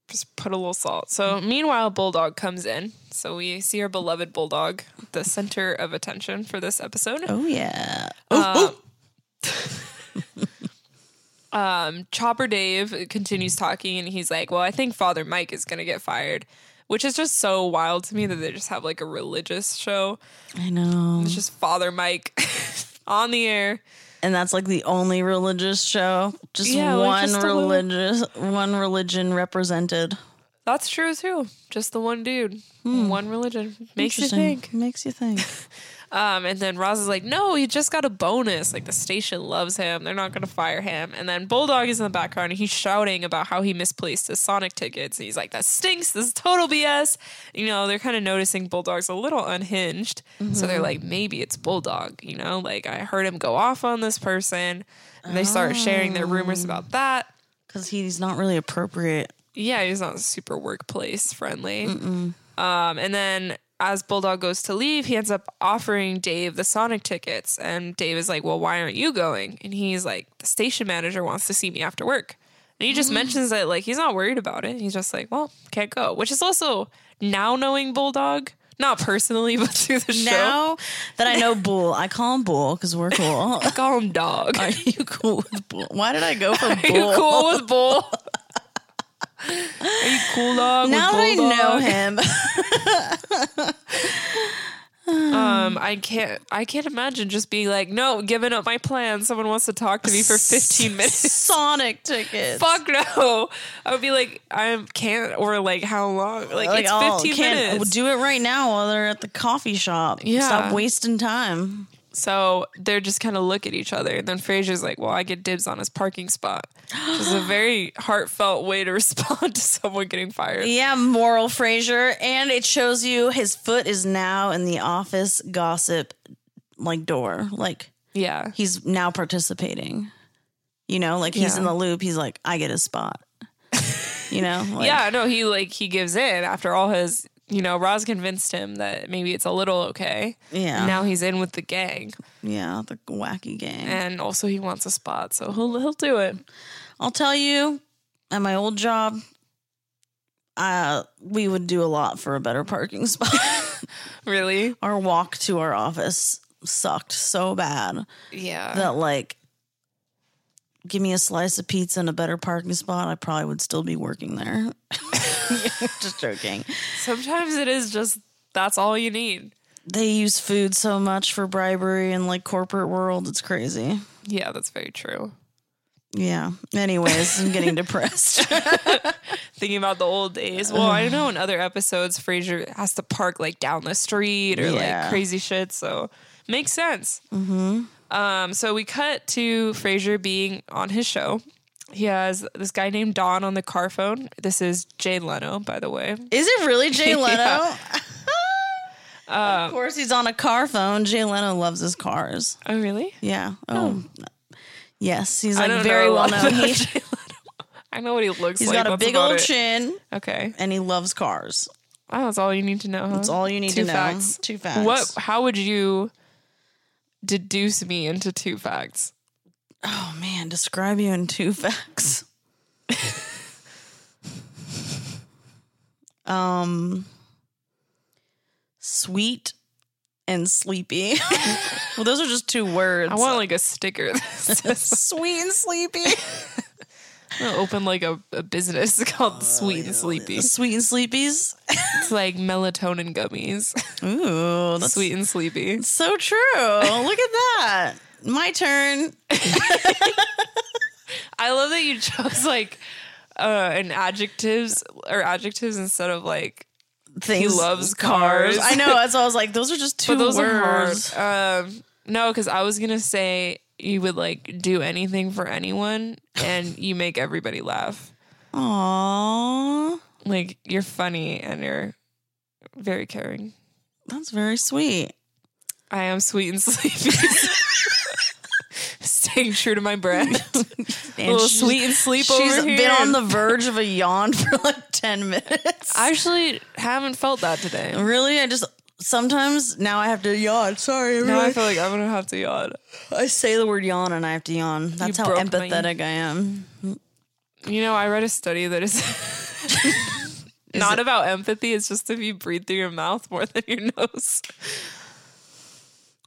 B: just put a little salt. So meanwhile, bulldog comes in. So we see our beloved bulldog, the center of attention for this episode.
A: Oh yeah.
B: Uh, um, Chopper Dave continues talking, and he's like, "Well, I think Father Mike is gonna get fired," which is just so wild to me that they just have like a religious show.
A: I know.
B: It's just Father Mike (laughs) on the air.
A: And that's like the only religious show. Just
B: Yeah, like,
A: one
B: just a little-
A: religious, one religion represented.
B: That's true too. Just the one dude, one religion makes you
A: Interesting.
B: think.
A: Makes you (laughs) think.
B: Um, and then Roz is like, "No, he just got a bonus. Like the station loves him. They're not gonna fire him." And then Bulldog is in the background and he's shouting about how he misplaced his Sonic tickets. And he's like, "That stinks. This is total BS." You know, they're kind of noticing Bulldog's a little unhinged, so they're like, "Maybe it's Bulldog." You know, like I heard him go off on this person. And they start sharing their rumors about that.
A: Because he's not really appropriate.
B: yeah, he's not super workplace friendly. Um, and then as Bulldog goes to leave, he ends up offering Dave the Sonic tickets. And Dave is like, Well, why aren't you going? And he's like, The station manager wants to see me after work. And he just
A: Mm-hmm.
B: mentions that, like, he's not worried about it. He's just like, Well, can't go, which is also now knowing Bulldog, not personally, (laughs) but through the show.
A: Now that I know Bull, I call him Bull because we're cool. (laughs)
B: Call him dog.
A: Are you cool with Bull? Why did I go for
B: (laughs) Are
A: Bull?
B: you cool with Bull?
A: (laughs)
B: Are you cool dog? with
A: Now that I know
B: Bulldog?
A: him, (laughs)
B: Um, I can't. I can't imagine just being like, no, giving up my plan. Someone wants to talk to me
A: (laughs)
B: for fifteen minutes.
A: Sonic tickets.
B: Fuck no! I would be like, I can't, or like, how long? Like,
A: Like,
B: it's
A: oh,
B: fifteen
A: can't-
B: minutes.
A: Do it right now while they're at the coffee shop.
B: Yeah.
A: Stop wasting time.
B: so they're just kind of look at each other, and then Fraser's like, "Well, I get dibs on his parking spot," which is
A: (gasps)
B: a very heartfelt way to (laughs) respond to someone getting fired.
A: Yeah, moral Fraser, and it shows you his foot is now in the office gossip like door. Like
B: Yeah,
A: he's now participating. You know, like he's
B: Yeah.
A: in the loop. He's like, I get a spot. you
B: (laughs)
A: know, like,
B: yeah. No, he like he gives in after all his. You know, Roz convinced him that maybe it's a little okay.
A: yeah,
B: Now he's in with the gang.
A: yeah. The wacky gang.
B: and also he wants a spot, so he'll he'll do it.
A: I'll tell you, at my old job, uh, we would do a lot for a better parking (laughs) spot.
B: Really?
A: our walk to our office sucked so bad
B: Yeah.
A: that like give me a slice of pizza and a better parking spot i probably would still be working there (laughs) just joking
B: Sometimes it is just that's all you need.
A: they use food so much for bribery and like corporate world it's crazy
B: Yeah, that's very true.
A: yeah anyways i'm
B: (laughs)
A: getting depressed
B: Thinking about the old days. Well, I know in other episodes Frasier has to park like down the street or
A: Yeah.
B: like crazy shit, so makes sense. Mm-hmm. Um, so we cut to Frasier being on his show. He has this guy named Don on the car phone. This is Jay Leno, by the way.
A: is it really jay leno
B: Uh,
A: of course he's on a car phone jay leno loves his cars
B: Oh, really?
A: yeah oh yes he's
B: Hmm. I
A: like
B: don't
A: very
B: know
A: well
B: a
A: (laughs)
B: lot (laughs)
A: known
B: about
A: he,
B: Jay Leno. I know what he looks
A: he's
B: like.
A: got a
B: That's
A: big
B: about
A: old
B: it.
A: chin
B: Okay.
A: and he loves cars.
B: Oh, that's all you need to know. Huh?
A: That's all you need
B: Two
A: to know.
B: facts.
A: Two facts.
B: What? How would you deduce me into two facts?
A: Oh man, describe you in two facts. (laughs) um, sweet and sleepy. (laughs) well, (laughs) those are just two words.
B: (laughs) I want like a sticker. that says-
A: sweet and sleepy.
B: I'm gonna open like a, a business (laughs)
A: Oh,
B: called Sweet and Sleepy.
A: Sweet and Sleepies.
B: It's like melatonin gummies. (laughs)
A: Ooh, that's
B: Sweet and
A: (laughs)
B: Sleepy.
A: so true. Look at that. My turn.
B: I love that you chose like uh an adjectives or adjectives instead of like
A: Things-
B: loves cars.
A: I know. That's why I was like, those are just two
B: but those
A: words.
B: are hard. Um no, because I was gonna say you would like do anything for anyone and you make everybody laugh.
A: Aw,
B: Like you're funny and you're very caring.
A: that's very sweet.
B: I am sweet and (laughs) sleepy. Staying true to my brand.
A: (laughs) And
B: a little
A: she's-
B: sweet and sleep
A: She's
B: over here.
A: been on the verge of a yawn (laughs) for like 10 minutes.
B: I actually haven't felt that today.
A: really, I just sometimes now I have to yawn. Sorry, everyone.
B: Now I feel like I'm gonna have to yawn.
A: I say the word yawn and I have to yawn. That's how
B: broke my-
A: empathetic I am.
B: You know, I read a study
A: (laughs)
B: that is, not about empathy. It's just if you breathe through your mouth more than your nose.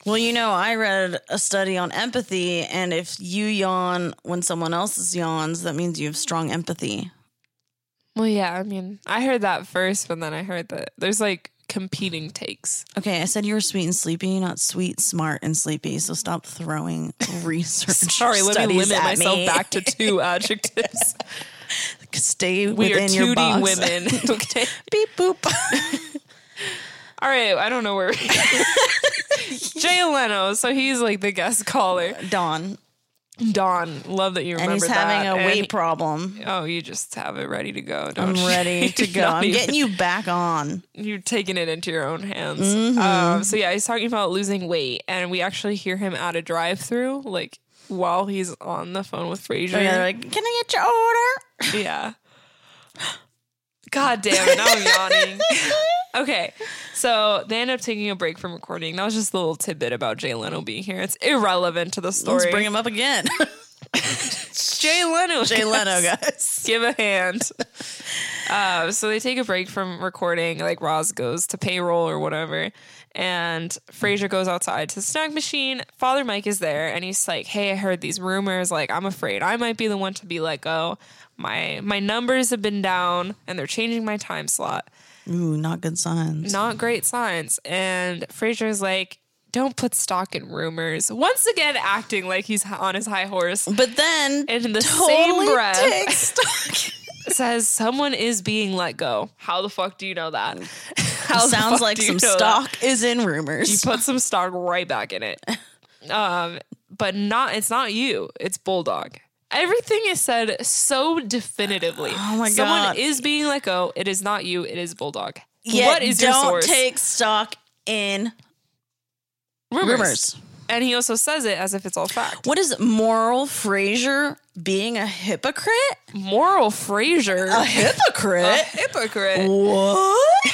A: Well, you know, I read a study on empathy, and if you yawn when someone else's yawns, that means you have strong empathy.
B: Well, yeah. I mean, I heard that first, but then I heard that there's like competing takes.
A: Okay, I said you were sweet and sleepy, not sweet, smart, and sleepy. So stop (laughs) throwing research.
B: Sorry, let me
A: studies
B: limit
A: at
B: myself
A: me.
B: back
A: (laughs)
B: to two adjectives.
A: Stay
B: we are
A: within your
B: 2D
A: box. (laughs)
B: women. Okay.
A: Beep boop.
B: All right. I don't know
A: (laughs)
B: where. Jay Leno. So he's like the guest caller.
A: (laughs) Dawn,
B: Don. Love that you
A: and
B: remember
A: he's having
B: that.
A: a
B: And
A: weight
B: he-
A: problem.
B: Oh, you just have it ready to go.
A: I'm
B: (laughs) Don't you?
A: ready to
B: You're
A: go.
B: not
A: I'm
B: even-
A: getting you back
B: (laughs)
A: on.
B: you're taking it into your own hands.
A: Mm-hmm.
B: Um, so yeah, he's talking about losing weight, and we actually hear him at a drive-through, like while he's on the phone with Frazier.
A: Yeah, they're like, can I get your
B: (laughs)
A: order?
B: yeah. God damn it! Now I'm
A: (laughs)
B: yawning. okay, so they end up taking a break from recording. That was just a little tidbit about Jay Leno being here. It's irrelevant to the story.
A: Let's bring him up (laughs) again.
B: Jay Leno. (laughs)
A: Jay Leno, guys.
B: give a hand. Uh, so they take a break from recording. Like Roz goes to payroll or whatever, and Fraser goes outside to the snack machine. Father Mike is there, and he's like, "Hey, I heard these rumors. Like, I'm afraid I might be the one to be let go. My my numbers have been down, and they're changing my time slot.
A: Ooh, not good signs.
B: Not great signs." And Fraser's like. Don't put stock in rumors. Once again, acting like he's on his high horse.
A: But then,
B: And in the
A: totally
B: same breath, (laughs)
A: takes stock.
B: says someone is being let go. How the fuck do you know that? How the
A: Sounds
B: fuck
A: like
B: do you
A: some
B: know that?
A: stock is in
B: You
A: rumors.
B: put some stock right back
A: (laughs)
B: in it. Um, but not it's not you. It's Bulldog. Everything is said so definitively. Oh
A: my God.
B: Someone is being let go. It is not you. It is Bulldog.
A: Yet
B: what is
A: don't
B: your source?
A: take stock in rumors.
B: And he also says it as if it's all fact.
A: What is moral Fraser being a hypocrite?
B: Moral
A: (laughs)
B: Fraser,
A: A
B: (laughs) a
A: hypocrite?
B: hypocrite.
A: what?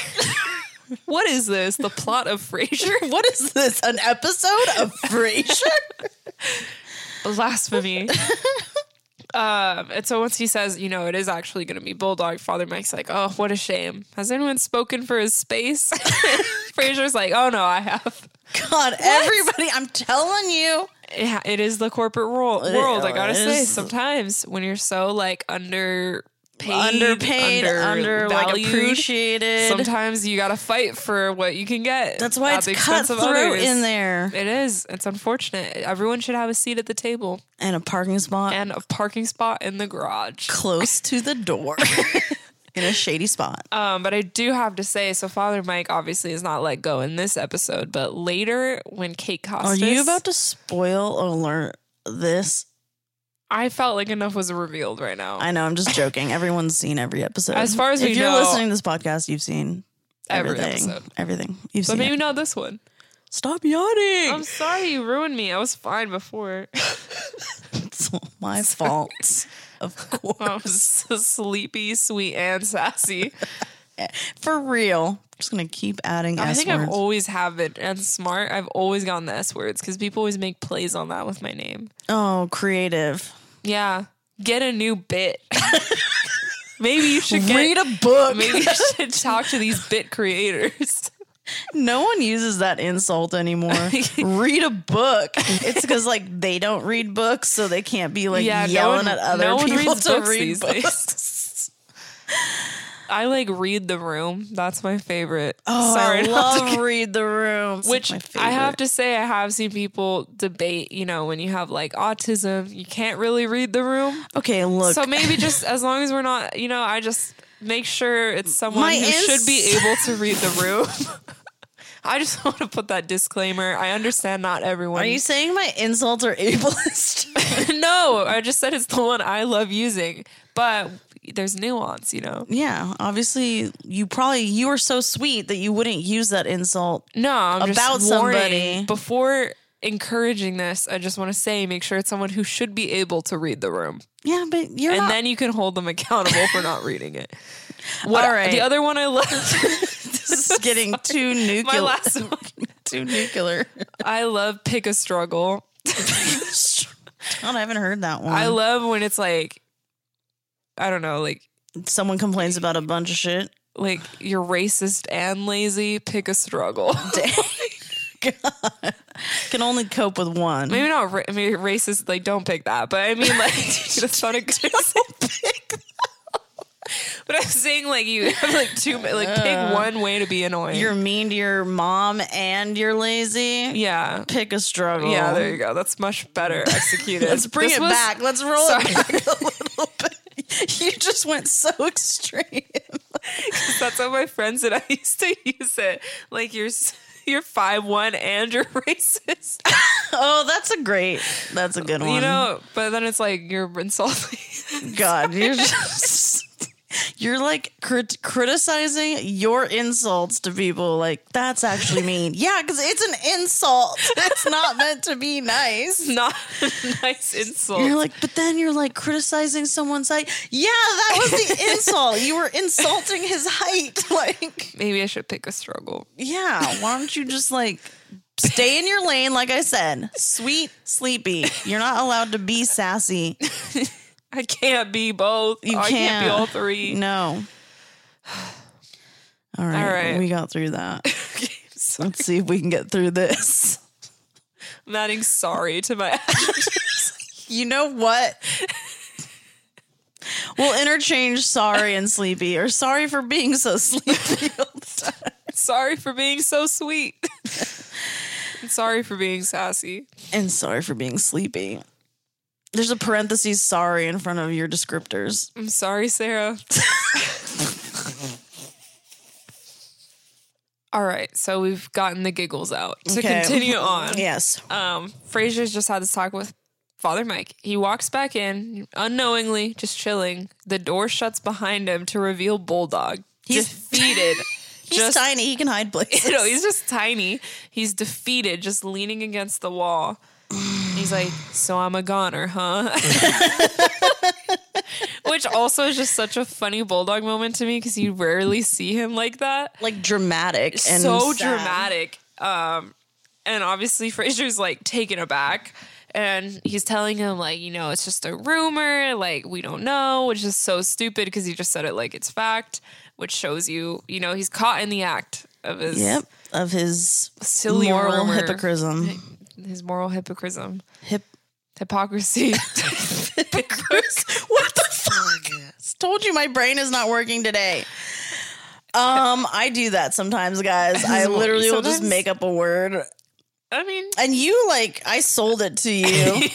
B: What is this? The plot of Frasier?
A: What is this? An episode of (laughs) Frasier?
B: (laughs) (laughs) blasphemy. um, and so once he says, you know, it is actually going to be Bulldog, Father Mike's like, oh, what a shame. Has anyone spoken for his (laughs) space? Fraser's like, oh no, I have.
A: God, everybody, I'm telling you.
B: Yeah, it is the corporate world. world I gotta
A: is.
B: say, sometimes when you're so like underpaid,
A: underpaid, under, like
B: undervalued,
A: appreciated.
B: Sometimes you gotta fight for what you can get.
A: That's why
B: at
A: it's
B: the expense of
A: cutthroat
B: others.
A: in there.
B: It is. It's unfortunate. Everyone should have a seat at the table
A: And a parking spot
B: and a parking spot in the garage.
A: close to the (laughs) door in a shady spot.
B: Um, but I do have to say, so Father Mike obviously is not let go in this episode, but later when Kate
A: Are
B: Costas,
A: you about to spoil alert this?
B: I felt like enough was revealed right now.
A: I know, I'm just joking. Everyone's seen every episode.
B: As far as
A: if
B: we
A: you're
B: know-
A: listening to this podcast, you've seen
B: Every
A: everything.
B: episode.
A: Everything. You've
B: but
A: seen
B: maybe
A: it.
B: not this one.
A: Stop yawning.
B: I'm sorry you ruined me. I was fine before.
A: (laughs)
B: (laughs)
A: It's my fault. (laughs) Of course.
B: I was so sleepy, sweet, and
A: (laughs)
B: sassy.
A: For real. I'm just gonna keep adding
B: I
A: S
B: think I've
A: words.
B: always have it and smart. I've always gotten the S words because people always make plays on that with my name.
A: oh, creative.
B: Yeah, get a
A: (laughs)
B: new bit. maybe you should get
A: Read a book.
B: Maybe I should talk to these bit creators.
A: (laughs) No one uses that insult
B: (laughs)
A: anymore. read a book. It's because like they don't read books, so they can't be like
B: Yeah, no
A: yelling
B: one-
A: at other
B: no one
A: people
B: reads
A: to
B: books
A: read
B: these days.
A: books.
B: I like read the room. That's my favorite.
A: (laughs) Oh, I
B: not to-
A: love read the room. It's, like,
B: (laughs) Which
A: my
B: I have
A: favorite.
B: to say, I have seen people debate. You know, when you have like autism, you can't really read the room.
A: Okay, look.
B: So maybe
A: (laughs)
B: just as long as we're not, you know, I just make sure it's someone
A: My
B: who
A: ins- (laughs)
B: should be able to read the room. (laughs) I just (laughs) want to put that disclaimer. I understand not everyone.
A: are
B: (laughs)
A: you saying my insults are (laughs) ableist?
B: no, I just said it's the one I love using, but there's nuance, you know.
A: yeah, obviously you probably you are so sweet that you wouldn't use that insult.
B: No, I'm
A: About
B: just warning.
A: somebody.
B: before encouraging this. I just want to say, make sure it's someone who should be able to read the room,
A: Yeah, but you're
B: and
A: not.
B: then you can hold them accountable for not reading it. What,
A: (laughs) All right.
B: The other one I love, (laughs)
A: this is getting too nuclear.
B: my last (laughs) one,
A: too nuclear.
B: I love pick a struggle.
A: God, I haven't heard that one.
B: I love when it's like, I don't know, like
A: Someone complains about a bunch of shit.
B: like you're racist and lazy. Pick a struggle. (laughs)
A: Can only cope with one.
B: Maybe not. Ra- maybe racist. Like, don't pick that. But I mean, like, (laughs) that's not a good (laughs) example. But I'm saying, like, you have like two. Like, pick one way to be annoying.
A: You're mean to your mom and you're lazy.
B: yeah.
A: Pick a struggle.
B: Yeah, there you go. That's much better (laughs) executed.
A: Let's bring
B: This
A: it
B: was-
A: back. Let's roll
B: Sorry.
A: it back a little bit. You just went so (laughs) extreme.
B: That's how my friends and I used to use it. Like, you're s- you're five one and you're (laughs) racist.
A: Oh, that's a great. That's a good one.
B: You know. But then it's like you're insulting. (laughs)
A: God, you're just you're like crit- criticizing your insults to people. Like that's actually mean. Yeah, because it's an insult. It's not meant to be nice.
B: (laughs) not a nice insult.
A: You're like, but then you're like criticizing someone's height. Yeah, that was the insult. You were insulting his height. (laughs) Like,
B: Maybe I should pick a struggle.
A: yeah, why don't you just like stay in your lane? Like I said, sweet, sleepy. You're not allowed to be sassy.
B: I can't be both.
A: You
B: I can't be
A: can't.
B: all three.
A: No. (sighs) All right,
B: All right.
A: we got through (laughs) that. Let's see if we can get through this.
B: I'm adding sorry to my (laughs)
A: You know what? We'll interchange sorry and sleepy, or sorry for being so sleepy all the time.
B: sorry for being so sweet. (laughs) And sorry for being sassy.
A: and sorry for being sleepy. There's a parentheses sorry in front of your descriptors.
B: I'm sorry, Sarah. (laughs) all right, so we've gotten the giggles out. To
A: Okay.
B: continue on,
A: Yes.
B: um, Fraser's just had this talk with Father Mike. He walks back in unknowingly, just chilling. The door shuts behind him to reveal Bulldog
A: He's-
B: defeated. (laughs)
A: He's
B: just
A: tiny. He can hide places.
B: you know, he's just tiny. He's defeated, just leaning against the wall. He's like, "So I'm a goner, huh?" (laughs) Which also is just such a funny bulldog moment to me because you rarely see him like that.
A: like dramatic and
B: so
A: sad.
B: dramatic. Um, and obviously Fraser's like taken aback. And he's telling him, like, you know, it's just a rumor, like, we don't know, which is so stupid because he just said it like it's fact, which shows you, you know, he's caught in the act of his
A: Yep. Of his
B: silly
A: moral
B: rumor.
A: hypocrisy.
B: His moral hypocrisy.
A: Hip. (laughs)
B: Hypocrisy. (laughs)
A: what the fuck? Oh Told you my brain is not working today. Um, I do that sometimes, guys. (laughs) I literally will just
B: Sometimes?
A: make up a word
B: I mean,
A: And you like, I sold it to (laughs) you.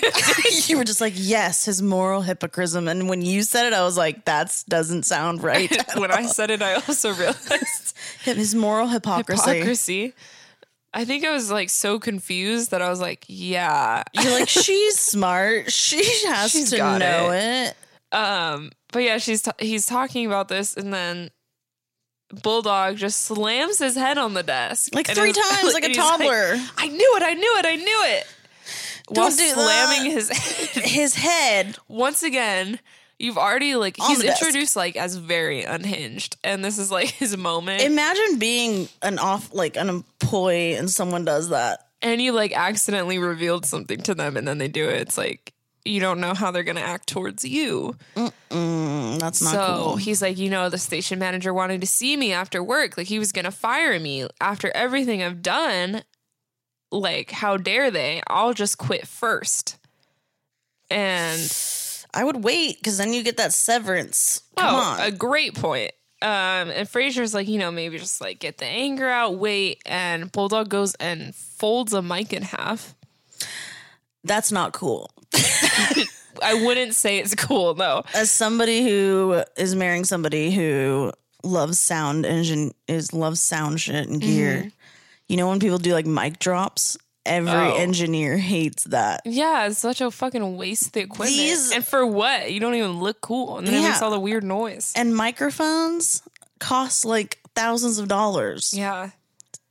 A: you were just like, yes, his moral hypocrisy. And when you said it, I was like, that doesn't sound (laughs) right.
B: (laughs) when I said it, I also realized
A: his moral hypocrisy.
B: hypocrisy. I think I was like so confused that I was like, yeah.
A: You're (laughs) like, she's smart. She has
B: She's
A: to
B: got
A: know it.
B: Um, but yeah, she's ta- he's talking about this, and then Bulldog just slams his head on the desk
A: Like
B: And
A: three (laughs)
B: (laughs) is-
A: times, like a
B: and he's
A: toddler.
B: I knew it! I knew it! I knew it! While
A: Don't do that.
B: slamming his (laughs) head
A: His head.
B: once again, you've already like
A: On
B: he's
A: the desk.
B: introduced like as very unhinged, and this is like his moment.
A: Imagine being an off, like an employee, and someone does that.
B: and you like accidentally revealed something to them, and then they do it. It's like you don't know how they're going to act towards you.
A: Mm, that's not
B: so
A: cool.
B: he's like, you know, the station manager wanted to see me after work. Like he was gonna fire me after everything I've done. Like, how dare they? I'll just quit first. And
A: I would wait because then you get that severance. Come
B: oh,
A: on.
B: a great point. Um, and Fraser's like, you know, maybe just like get the anger out, wait, and Bulldog goes and folds a mic in half.
A: that's not cool.
B: I wouldn't say it's cool, though.
A: As somebody who is marrying somebody who loves sound engine is loves sound shit and gear.
B: Mm-hmm.
A: You know when people do like mic drops? Every
B: Oh.
A: engineer hates that.
B: Yeah, it's such a fucking waste of the equipment.
A: These-
B: and for what? You don't even look cool. And then it
A: Yeah.
B: makes all the weird noise.
A: And microphones cost like thousands of dollars.
B: yeah.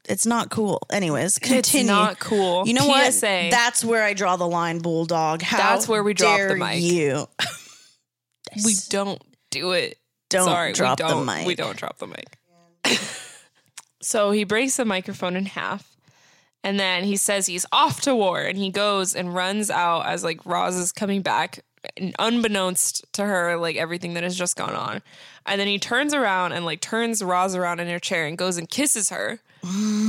A: It's not cool. Anyways, continue.
B: It's not cool.
A: You know
B: PSA,
A: what? That's where I draw the line, bulldog. How
B: That's where we drop the
A: dare
B: mic.
A: You (laughs)
B: we don't do it.
A: don't
B: Sorry,
A: drop
B: we don't,
A: the mic.
B: We don't drop the mic. (laughs) so he breaks the microphone in half, and then he says he's off to war, and he goes and runs out as like Roz is coming back, and unbeknownst to her, like everything that has just gone on. And then he turns around and like turns Roz around in her chair and goes and kisses her.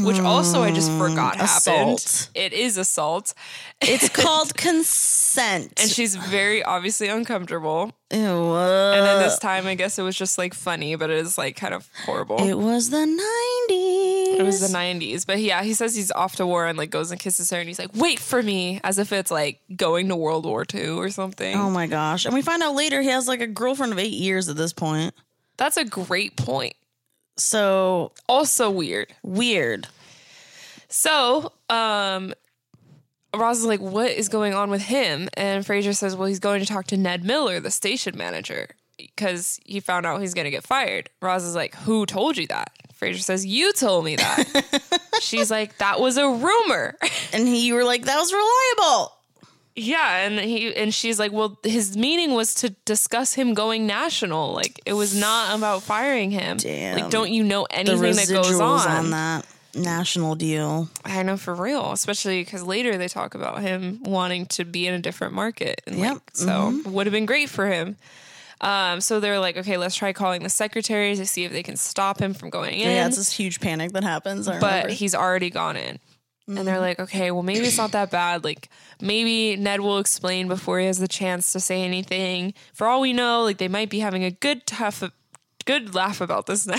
B: Which also I just forgot
A: Mm, assault.
B: happened. It is assault. (laughs)
A: It's called consent. (sighs)
B: And she's very obviously uncomfortable.
A: Ew,
B: And then this
A: uh,
B: time, I guess it was just like funny, but it is like kind of horrible.
A: it was the nineties.
B: It was the 90s. But yeah, he says he's off to war and like goes and kisses her and he's like, wait for me, as if it's like going to World War II or something.
A: Oh my gosh! And we find out later he has like a girlfriend of eight years at this point.
B: That's a great point.
A: So
B: Also weird.
A: weird.
B: So, um, Roz is like, what is going on with him? And Fraser says, well, he's going to talk to Ned Miller, the station manager, because he found out he's going to get fired. Roz is like, who told you that? Fraser says, you told me that. (laughs) She's like, that was a rumor.
A: And he, you were like, that was reliable.
B: Yeah, and he and she's like, "Well, his meeting was to discuss him going national. Like it was not about firing him.
A: Damn.
B: Like don't you know
A: The
B: anything that goes
A: residuals
B: on?
A: on that national deal.
B: I know for real, especially cuz later they talk about him wanting to be in a different market. And
A: Yep, Mm-hmm.
B: like, so would have been great for him. Um, so they're like, "Okay, let's try calling the secretary to see if they can stop him from going in."
A: yeah, it's this huge panic that happens. I
B: but
A: remember.
B: he's already gone in. And
A: Mm-hmm.
B: they're like, okay, well, maybe it's not that bad. Like, maybe Ned will explain before he has the chance to say anything. For all we know, like, they might be having a good, tough, good laugh about this
A: (laughs)
B: now.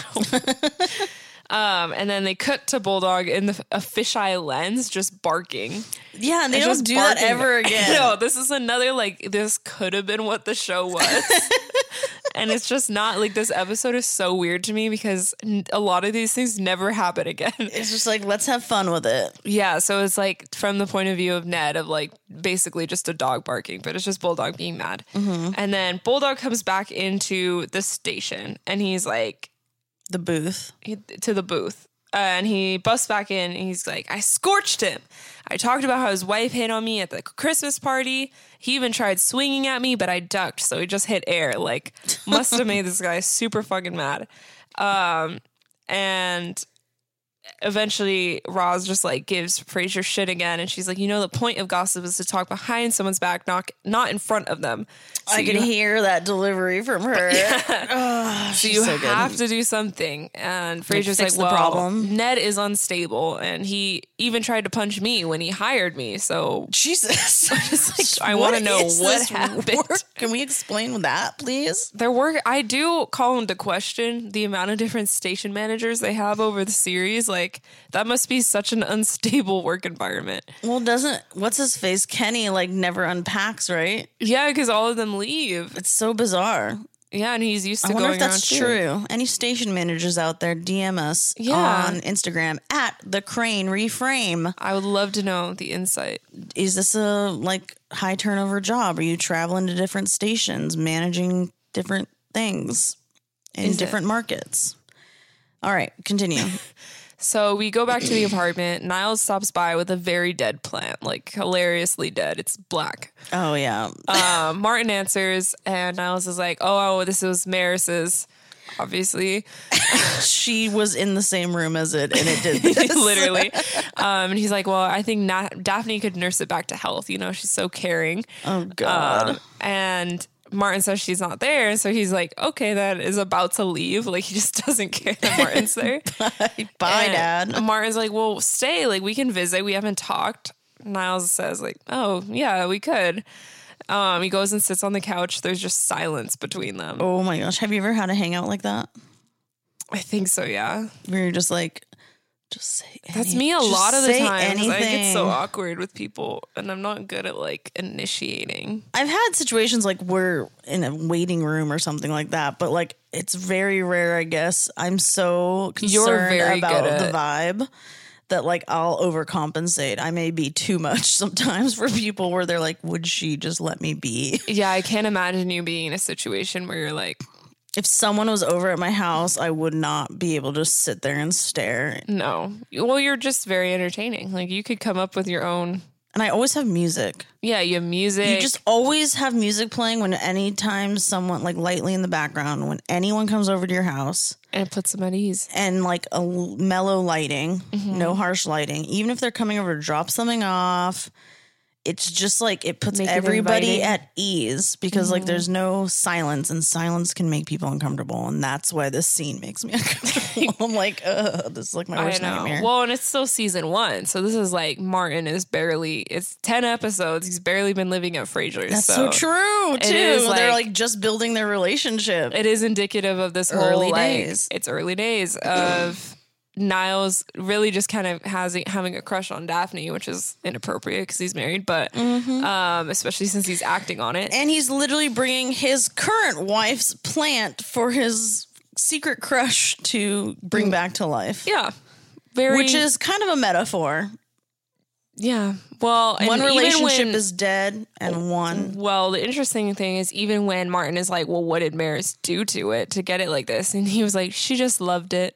B: um, and then they cut to Bulldog in the, a fisheye lens, just barking.
A: yeah, and they
B: It's
A: don't
B: just
A: do that
B: barking. (laughs)
A: ever again.
B: no, this is another, like, this could have been what the
A: (laughs)
B: show was. and it's just not, like, this episode is so weird to me because n- a lot of these things never happen again.
A: It's just like let's have fun with it.
B: Yeah, so it's like from the point of view of Ned, of like basically just a dog barking, but it's just Bulldog being mad. And then Bulldog comes back into the station and he's like
A: The booth.
B: he- to the booth Uh, and he busts back in and he's like, I scorched him. I talked about how his wife hit on me at the Christmas party. He even tried swinging at me, but I ducked. So he just hit air. Like, must have made this guy super fucking mad. Um, and eventually Roz just like gives Frasier shit again and she's like, you know, the point of gossip is to talk behind someone's back, not not in front of them. So
A: I can
B: you,
A: hear that delivery from
B: (laughs)
A: her. Ugh,
B: so
A: she's
B: you
A: so good.
B: have to do something. And Frasier's like,
A: fix the
B: well,
A: problem.
B: Ned is unstable and he even tried to punch me when he hired me. So
A: (laughs)
B: (laughs)
A: Jesus.
B: It's like, I wanna know
A: is
B: what
A: this
B: happened.
A: work? Can we explain that, please?
B: there were I do call into question the amount of different station managers they have over the series. Like that must be such an unstable work environment.
A: Well, doesn't what's his face? Kenny like never unpacks, right?
B: Yeah, because all of them leave.
A: It's so bizarre.
B: Yeah, and he's used to
A: I wonder
B: going
A: if that's
B: around too.
A: true. Any station managers out there, DM us
B: Yeah.
A: on Instagram at the crane reframe.
B: I would love to know the insight.
A: Is this a like high turnover job? Are you traveling to different stations, managing different things in
B: Is it?
A: different markets? All right,
B: (laughs)
A: continue.
B: So we go back to the apartment. Niles stops by with a very dead plant, like hilariously dead. It's
A: (laughs)
B: black.
A: oh yeah.
B: Um, Martin answers, and Niles is like, "Oh, oh this was Maris's."
A: (laughs)
B: obviously.
A: she was in the same room as it and it
B: (laughs)
A: did this.
B: literally. Um, and he's like, well, I think Na- Daphne could nurse it back to health. You know, she's so caring.
A: Oh, God.
B: Um, and Martin says she's not there. So he's like, okay, that is about to leave. Like, he just (laughs) doesn't care
A: (laughs)
B: that Martin's there.
A: Bye,
B: And
A: Dad.
B: Martin's like, well, stay. Like, we can visit. We haven't talked. Niles says, like, oh, yeah, we could. Um, he goes and sits on the couch. There's just silence between them.
A: Oh my gosh. Have you ever had a hangout like that?
B: I think so, yeah.
A: Where you're just like, just say
B: That's
A: any-
B: me a
A: just
B: lot of the
A: say
B: times. I get so
A: anything.
B: awkward with people and I'm not good at like initiating.
A: I've had situations like we're in a waiting room or something like that, but like it's very rare, I guess. I'm so concerned
B: You're very
A: about
B: good
A: the vibe that like I'll overcompensate. I may be too much (laughs) sometimes for people where they're like, would she just let me be?
B: Yeah, I can't imagine you being in a situation where you're like,
A: If someone was over at my house, I would not be able to sit there and stare.
B: no. Well, you're just very entertaining. Like you could come up with your own.
A: And I always have music.
B: Yeah, you have music.
A: You just always have music playing when anytime someone like lightly in the background when anyone comes over to your house.
B: and it puts them at ease.
A: and like a l- mellow lighting,
B: Mm-hmm.
A: no harsh lighting. Even if they're coming over to drop something off, it's just like it puts
B: Make it
A: everybody
B: inviting. Mm-hmm.
A: at ease because like there's no silence, and silence can make people uncomfortable, and that's why this scene makes me (laughs) uncomfortable. I'm like, Ugh, this is like my
B: I
A: worst
B: know.
A: nightmare.
B: Well, and it's still season one. So this is like Martin is barely it's ten episodes. He's barely been living at Frazier's.
A: that's so, true too.
B: is,
A: they're
B: like-
A: like just building their relationship.
B: it is indicative of this whole,
A: Early
B: like,
A: days.
B: It's early days of Niles really just kind of has having a crush on Daphne, which is inappropriate because he's married, but um, especially since he's acting on it.
A: Mm-hmm. and he's literally bringing his current wife's plant for his secret crush to
B: Mm.
A: bring back to life.
B: yeah, very
A: which is kind of a metaphor.
B: yeah. Well, and
A: One
B: even
A: relationship
B: when-
A: is dead, and
B: (laughs)
A: one.
B: Well, the interesting thing is, even when Martin is like, "Well, what did Maris do to it to get it like this?" and he was like, "She just loved it,"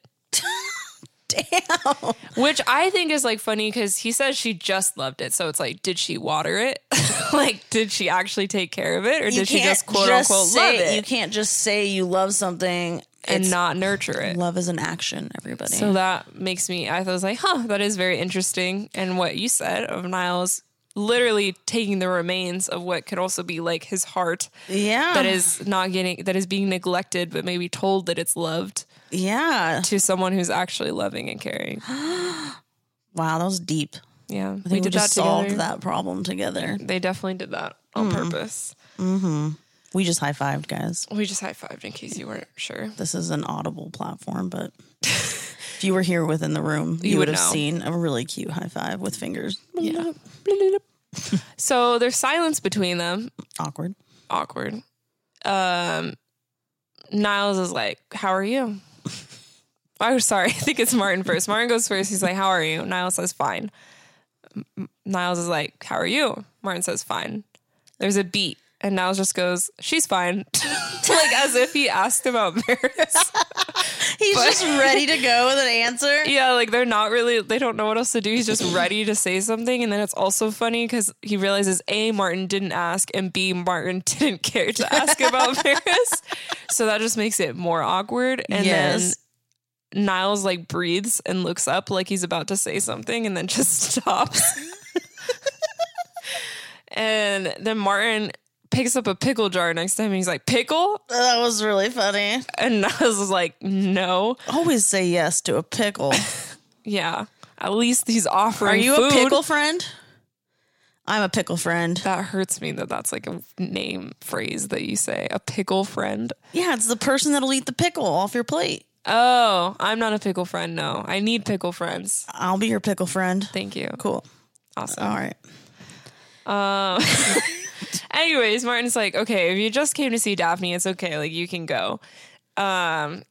A: Damn.
B: which I think is like funny because he says she just loved it, so it's like, did she water it? (laughs) like, did she actually take care of it, or did she just quote unquote
A: say,
B: love it
A: You can't just say you love something
B: and
A: and
B: not nurture it?
A: love is an action. Everybody.
B: So that makes me. I was like, huh, that is very interesting. And what you said of Niles literally taking the remains of what could also be like his heart
A: yeah,
B: that is not getting that is being neglected but maybe told that it's loved
A: Yeah.
B: to someone who's actually loving and (gasps) caring.
A: Wow, that was deep.
B: Yeah,
A: We, did
B: that
A: just solved
B: together.
A: that problem together.
B: They definitely did that Hmm. on purpose.
A: We just high fived, guys.
B: We just high fived in case you weren't sure.
A: This is an audible platform,
B: (laughs)
A: but if you were here within the room, you,
B: would
A: would have
B: know.
A: seen a really cute high five with fingers.
B: Yeah. (laughs) so there's silence between them.
A: Awkward.
B: Awkward. Um, Niles is like, "How are you?" (laughs) Oh, sorry. (laughs) I think it's Martin first. Martin goes first. He's like, "How are you?" Niles says, "Fine." M- Niles is like, "How are you?" Martin says, "Fine." There's a beat, and Niles just goes, "She's fine," (laughs) like as if he asked about (laughs) Maris.
A: He's just ready to go with an answer.
B: Yeah, like they're not really, they don't know what else to do. He's just ready to say something. And then it's also funny because he realizes A, Martin didn't ask, and B, Martin (laughs) didn't care to
A: (laughs)
B: ask about Maris. So that just makes it more awkward. And
A: Yes.
B: then Niles like breathes and looks up like he's about to say something and then just (laughs) stops. and then Martin picks up a pickle jar next time and he's like, pickle?
A: That was really funny.
B: And (laughs) Niles is like, no.
A: Always say yes to a
B: (laughs)
A: pickle.
B: Yeah. At least he's offering.
A: Are you a
B: food.
A: pickle friend? I'm a pickle friend.
B: That hurts me that that's like a name phrase that you say, a pickle friend.
A: Yeah, it's the person that'll eat the pickle off your plate.
B: Oh, I'm not a pickle friend. No, I need pickle friends.
A: I'll be your pickle friend.
B: Thank you.
A: Cool.
B: Awesome.
A: All right.
B: Um, (laughs) anyways, Martin's like, okay, if you just came to see Daphne, it's okay. Like, you can go. Um,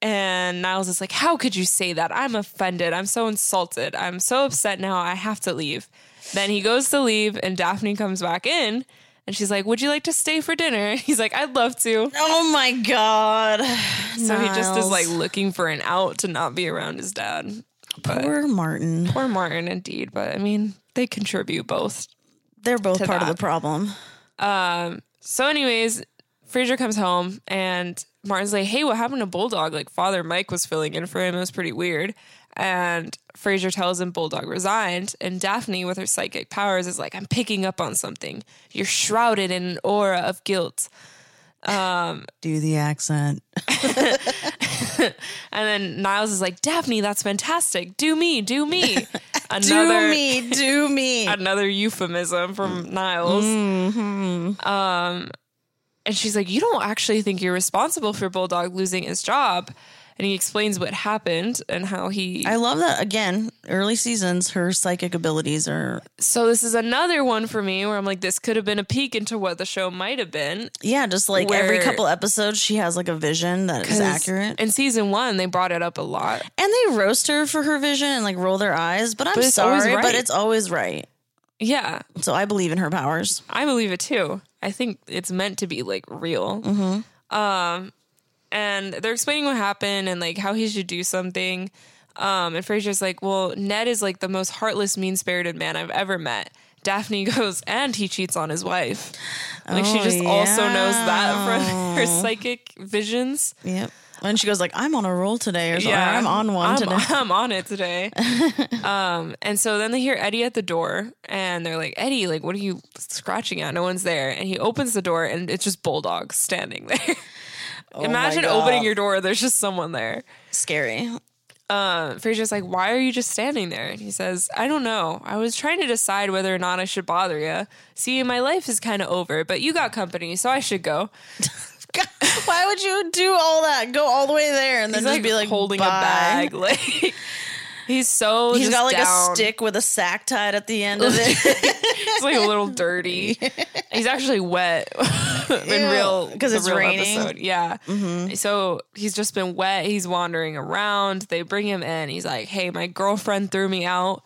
B: and Niles is like, how could you say that? I'm offended. I'm so insulted. I'm so upset now. I have to leave. Then he goes to leave, and Daphne comes back in, and she's like, would you like to stay for dinner? (laughs) He's like, I'd love to.
A: Oh my God.
B: So he just is
A: Niles.
B: like looking for an out to not be around his dad. But poor,
A: Poor Martin.
B: Martin, indeed. But I mean, they contribute both.
A: They're both part of
B: that.
A: the problem.
B: Um. So, anyways, Fraser comes home and Martin's like, "Hey, what happened to Bulldog?" Like Father Mike was filling in for him. It was pretty weird. And Fraser tells him Bulldog resigned, and Daphne, with her psychic powers, is like, "I'm picking up on something. You're shrouded in an aura of guilt." Um,
A: Do the accent.
B: and then Niles is like, "Daphne, that's fantastic. Do me, (laughs) do me."
A: do me, do me.
B: (laughs) another euphemism from Niles.
A: Mm. Mhm.
B: Um, and she's like, You don't actually think you're responsible for Bulldog losing his job. And he explains what happened and how he.
A: I love that again. Early seasons, her psychic abilities are
B: so, this is another one for me where I'm like, This could have been a peek into what the show might have been.
A: yeah, just like every
B: Where-
A: couple episodes, she has like a vision that is
B: 'Cause
A: accurate.
B: In season one, they brought it up a lot.
A: And they roast her for her vision and like roll their eyes, but I'm
B: But it's always
A: sorry,
B: right.
A: but it's always right.
B: Yeah,
A: So I believe in her powers.
B: I believe it too. I think it's meant to be like real.
A: Mhm.
B: Um, and they're explaining what happened and like how he should do something. Um, and Fraser's like, "Well, Ned is like the most heartless, mean-spirited man I've ever met." Daphne (laughs) goes, "And he cheats on his wife." Like she
A: Oh,
B: just also knows that
A: yeah.
B: from her psychic visions.
A: Yep. And she goes like, "I'm on a roll today," or something. or, I'm on one
B: I'm,
A: today.
B: (laughs) I'm on
A: (laughs)
B: it today. um, and so then they hear Eddie at the door, and they're like, Eddie, like, what are you scratching at? No one's there. And he opens the door, and it's just Bulldog standing (laughs) there. Imagine
A: Oh God.
B: opening your door, there's just someone there.
A: Scary.
B: Um, Fraser's like, why are you just standing there? And he says, I don't know. I was trying to decide whether or not I should bother you. See, my life is kind of over, but you got company, so I should go.
A: (laughs) Why would you do all that? Go all the way there and then
B: He's
A: just
B: like,
A: be like
B: holding
A: "Bye."
B: a bag. (laughs) Like, he's so
A: He's
B: just
A: got like
B: down.
A: a stick with a sack tied at the end of
B: (laughs)
A: it. (laughs)
B: It's like a little dirty. He's actually wet (laughs) in
A: Ew,
B: real
A: 'cause
B: the
A: it's
B: real
A: raining. Mm-hmm.
B: Yeah. So he's just been wet. He's wandering around. They bring him in. He's like, "Hey, my girlfriend threw me out."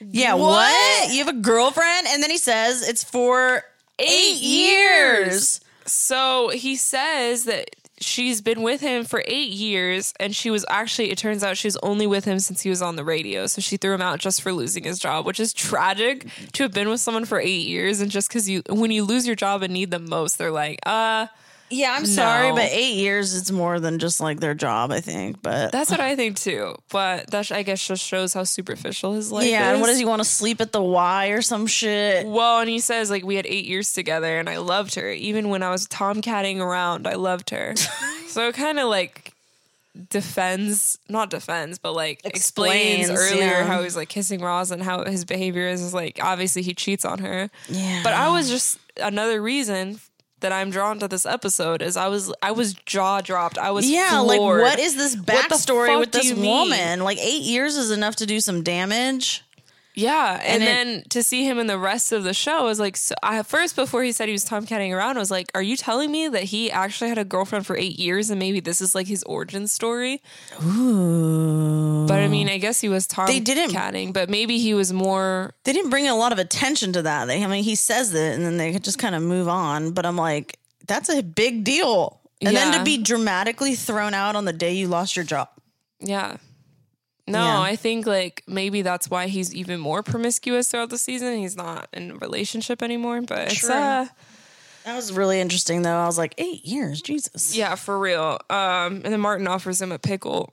A: yeah, what? You have a girlfriend? And then he says it's for eight, years.
B: So he says that she's been with him for eight years, and she was actually. It turns out she was only with him since he was on the radio. So she threw him out just for losing his job, which is tragic to have been with someone for eight years. And just because you, when you lose your job and need them most, they're like, "Uh."
A: Yeah, I'm sorry,
B: No.
A: but eight years it's more than just like their job, I think. But
B: That's what I think too. But that I guess just shows how superficial his life is.
A: yeah, and what does he want to sleep at the Y or some shit?
B: Well, and he says like we had eight years together, and I loved her. Even when I was tomcatting around, I loved
A: (laughs)
B: her. so it kind of like defends, not defends, but like explains,
A: Explains,
B: earlier
A: yeah.
B: how he's like kissing Roz and how his behavior is, is like obviously he cheats
A: (sighs)
B: on her.
A: Yeah,
B: But I was just another reason that I'm drawn to this episode is I was I was jaw dropped. I was
A: yeah, like
B: floored.
A: what is this
B: the
A: backstory
B: fuck
A: with
B: do
A: this
B: you mean?
A: woman? Like eight years is enough to do some damage.
B: Yeah,
A: And
B: and,
A: it-
B: then to see him in the rest of the show is like. So I at first before he said he was tomcatting around, I was like, "Are you telling me that he actually had a girlfriend for eight years, and maybe this is like his origin story?"
A: Ooh,
B: But I mean, I guess he was tomcatting.
A: didn't-
B: but maybe he was more.
A: they didn't bring a lot of attention to that. They, I mean, he says it, and then they just kind of move on. But I'm like, that's a big deal. And then
B: Yeah.
A: to be dramatically thrown out on the day you lost your job.
B: Yeah. No,
A: Yeah.
B: I think like maybe that's why he's even more promiscuous throughout the season. He's not in a relationship anymore, but it's
A: True.
B: uh
A: That was really interesting, though. I was like, eight years, Jesus.
B: yeah, for real. Um and then Martin offers him a pickle.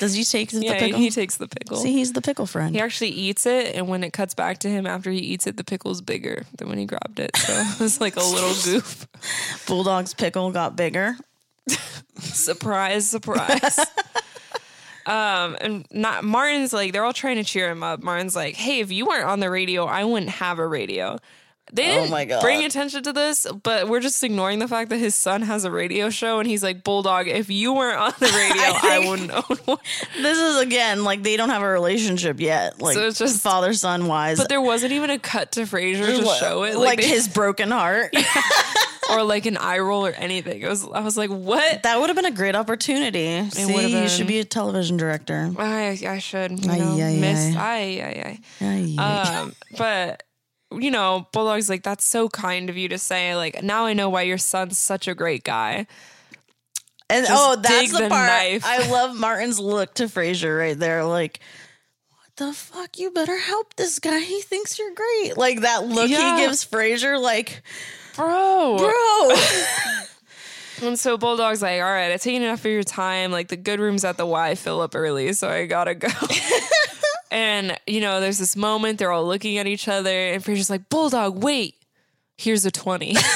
A: Does he take the
B: Yeah,
A: pickle?
B: he takes the pickle.
A: See, he's the pickle friend.
B: He actually eats it, and when it cuts back to him after he eats it, the pickle's bigger than when he grabbed it. So (laughs) it was like a little goof.
A: Bulldog's pickle got bigger.
B: surprise, surprise. (laughs) um, and not Martin's like they're all trying to cheer him up. Martin's like, "Hey, if you weren't on the radio, I wouldn't have a radio." They
A: Oh
B: didn't
A: my God.
B: bring attention to this, but we're just ignoring the fact that his son has a radio show, and he's like, "Bulldog, if you weren't on the radio, (laughs) I,
A: think-
B: wouldn't own one."
A: This is again like they don't have a relationship yet. Like
B: So it's just-
A: father son wise.
B: But there wasn't even a cut to Frasier to show it,
A: like,
B: they-
A: his broken
B: (laughs)
A: heart.
B: or like an eye roll or anything. It was I was like, what?
A: that would have been a great opportunity.
B: would've
A: See, you should
B: been.
A: be
B: Uh,
A: a television director.
B: I I should you
A: Ay,
B: know,
A: ay,
B: miss I
A: Ay,
B: I I. Um, but you know, Bulldog's like that's so kind of you to say. Like now I know why your son's such a great guy.
A: and
B: just
A: oh, that's
B: dig
A: the
B: the
A: part
B: knife.
A: I love. Martin's look to Frasier right there, like. "What The fuck! You better help this guy. He thinks you're great. Like that look (laughs)
B: Yeah.
A: he gives Frasier, like
B: Bro,
A: bro.
B: And so Bulldog's like, all right, I've taken enough of your time. Like the good room's at the Y, fill up early, so I
A: (laughs)
B: gotta go. and you know, there's this moment they're all looking at each other, and Fraser's like, Bulldog, wait, here's a twenty. (laughs)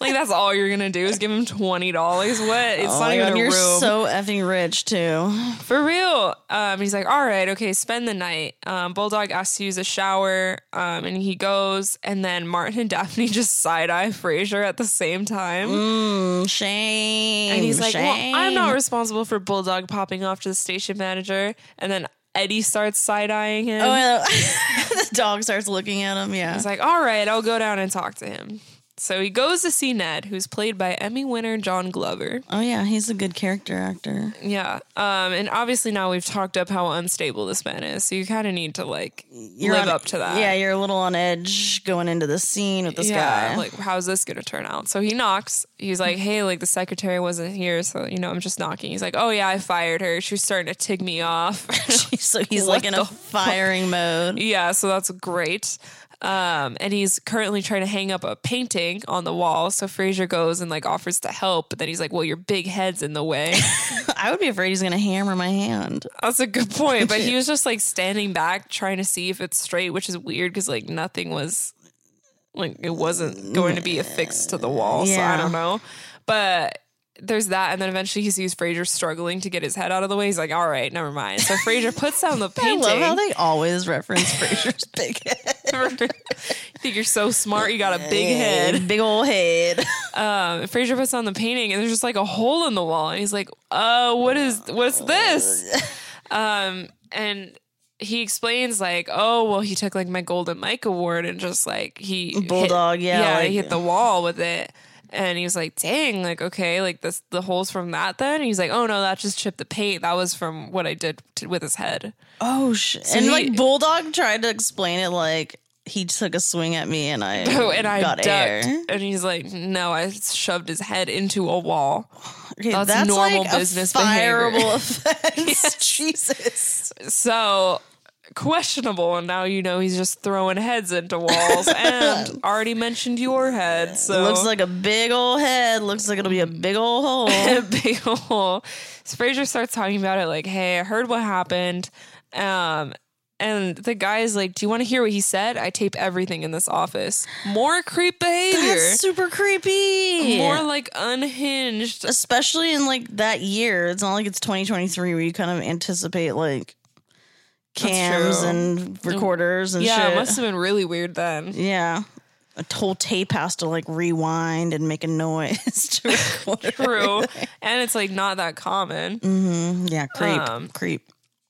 B: like that's all you're gonna do is give him twenty dollars. What? It's
A: Oh
B: not
A: my
B: even
A: God,
B: a
A: you're
B: room
A: so effing rich too.
B: for real. Um, he's like, all right, okay, spend the night. Um, Bulldog asks to use a shower, um, and he goes. And then Martin and (laughs) Daphne just side eye Frasier at the same time.
A: Mm, shame.
B: And he's like,
A: shame.
B: Well, I'm not responsible for Bulldog popping off to the station manager. And then Eddie starts side eyeing him.
A: Oh, I- (laughs) the dog starts looking at him. Yeah.
B: He's like, all right, I'll go down and talk to him. So he goes to see Ned, who's played by Emmy winner John Glover.
A: oh yeah, he's a good character actor.
B: Yeah. Um, and obviously, now we've talked up how unstable this man is. So you kind of need to, like,
A: You're
B: live
A: on-
B: up to that.
A: Yeah, you're a little on edge going into the scene with this guy.
B: Like, how's this going to turn out? So he knocks. He's like, hey, like, the secretary wasn't here. So, you know, I'm just knocking. He's like, oh, yeah, I fired her. She's starting to tick me off. (laughs)
A: so (laughs) he's
B: What
A: like in a
B: the fuck?
A: firing mode.
B: yeah. So that's great. Um, and he's currently trying to hang up a painting on the wall. So Fraser goes and, like, offers to help. But then he's like, well, your big head's in the way.
A: (laughs)
B: (laughs)
A: I would be afraid he's gonna hammer my hand.
B: that's a good point.
A: (laughs)
B: But he was just, like, standing back trying to see if it's straight, which is weird because, like, nothing was like it wasn't going to be affixed to the wall. So
A: Yeah.
B: I don't know. But there's that, and then eventually he sees Fraser struggling to get his head out of the way. He's like, "All right, never mind." So Fraser puts down the
A: (laughs)
B: painting.
A: I love how they always reference Frasier's (laughs) big head.
B: (laughs) you think you're so smart? You got a big head.
A: big old
B: (laughs)
A: head.
B: Um, Fraser puts on the painting, and there's just like a hole in the wall, and he's like, "Uh, what is what's this?"
A: (laughs)
B: Um, and he explains like, "Oh, well, he took like my Golden Mike award and just like he hit-
A: Bulldog, yeah,
B: yeah,
A: like-
B: he hit the wall with it." And he was like, "Dang, like okay, like this the holes from that." Then And he's like, "Oh no, that just chipped the paint. That was from what I did to, with his head." (clears throat)
A: Oh shit! and
B: he-
A: like Bulldog tried to explain it like he took a swing at me and I
B: (laughs) Oh, and I
A: got
B: ducked.
A: air.
B: And he's like, "No, I shoved his head into a wall."
A: Okay,
B: That's normal business
A: a (laughs)
B: behavior.
A: fireable offense. Jesus.
B: So questionable, and now you know he's just throwing heads
A: (laughs)
B: into walls. and already mentioned your head, so
A: Looks
B: (laughs)
A: like a big old head. Looks like it'll be a big old (laughs) hole.
B: a (laughs) big hole. So Fraser starts talking about it, like, "Hey, I heard what happened," um, and the guy is like, "Do you want to hear what he said? I tape everything in this office. More creep behavior,
A: That's super creepy.
B: more like unhinged."
A: Especially in like that year. It's not like it's 2023 where you kind of anticipate like cams
B: true.
A: and recorders and
B: Mm. Yeah,
A: shit.
B: it must have been really weird then.
A: (laughs) Yeah. A whole tape has to like rewind and make a noise (laughs) to record.
B: (laughs) True, and it's like not that common.
A: Mm-hmm. Yeah, creep,
B: Um,
A: creep.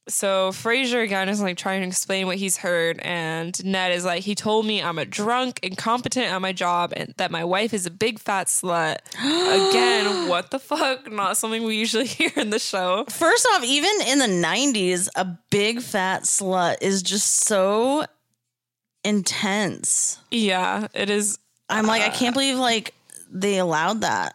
B: So Fraser again is like trying to explain what he's heard, and Ned is like, he told me I'm a drunk, incompetent at my job, and that my wife is a big fat
A: (gasps)
B: slut. again, what the fuck? Not something we usually (laughs) hear in the show.
A: First off, even in the 90s, a big fat slut is just so intense.
B: Yeah, it is.
A: I'm like, I can't believe like they allowed that.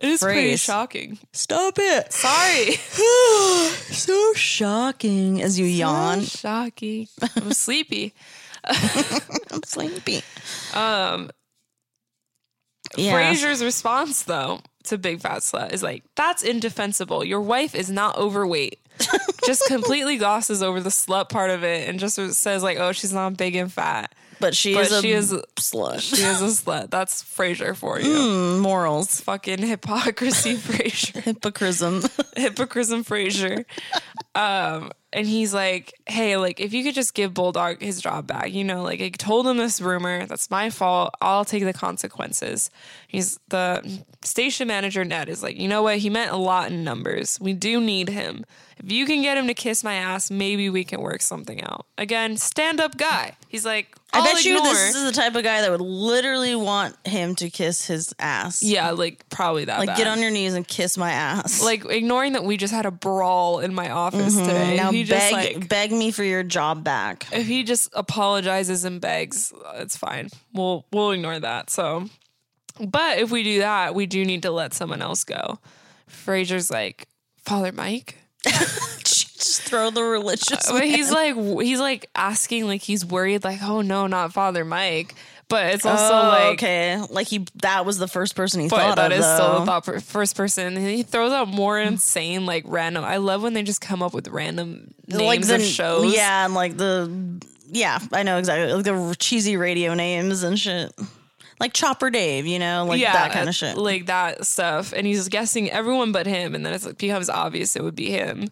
B: It is pretty
A: Phrase.
B: shocking.
A: Stop it.
B: Sorry,
A: (gasps) so shocking as you yawn.
B: (laughs) shocking. I'm sleepy.
A: (laughs) I'm sleepy.
B: Um,
A: Yeah.
B: Fraser's response though to Big Fat Slut is like, "That's indefensible. Your wife is not overweight." just completely glosses over the slut part of it and just says like, "Oh, she's not big and fat.
A: but she
B: but
A: is a
B: she is-
A: slut.
B: She is a slut." That's Frasier for you.
A: Mm, morals.
B: Fucking hypocrisy, (laughs) Frasier. (laughs)
A: Hypocrism.
B: Hypocrism, Frasier. Um, and he's like, "Hey, like if you could just give Bulldog his job back, you know, like I told him this rumor. That's my fault. I'll take the consequences." He's the station manager. Ned is like, "You know what? He meant a lot in numbers. We do need him. If you can get him to kiss my ass, maybe we can work something out." Again, stand up guy. He's like,
A: I
B: "I'll
A: bet
B: ignore."
A: you this is the type of guy that would literally want him to kiss his ass.
B: yeah, like probably that.
A: Like,
B: bad.
A: get on your knees and kiss my ass.
B: like ignoring that we just had a brawl in my office today.
A: Mm-hmm. now
B: he
A: beg,
B: just like
A: beg me for your job
B: (laughs)
A: back.
B: if he just apologizes and begs, it's fine. We'll we'll ignore that. So, but if we do that, we do need to let someone else go. Fraser's like Father Mike,
A: Just throw the
B: (laughs)
A: religious.
B: but he's like he's like asking like he's worried like oh no not Father Mike. But it's also like
A: okay, like he that was the first person he
B: But
A: thought
B: that
A: of.
B: is still
A: though.
B: the thought per- first person. And he throws out more insane, like random. I love when they just come up with random names of shows.
A: Yeah, and like the yeah, I know exactly like the cheesy radio names and shit, like Chopper Dave, you know, like that kind of shit.
B: uh, Like that stuff. And he's just guessing everyone but him. And then it's- it becomes obvious it would be him.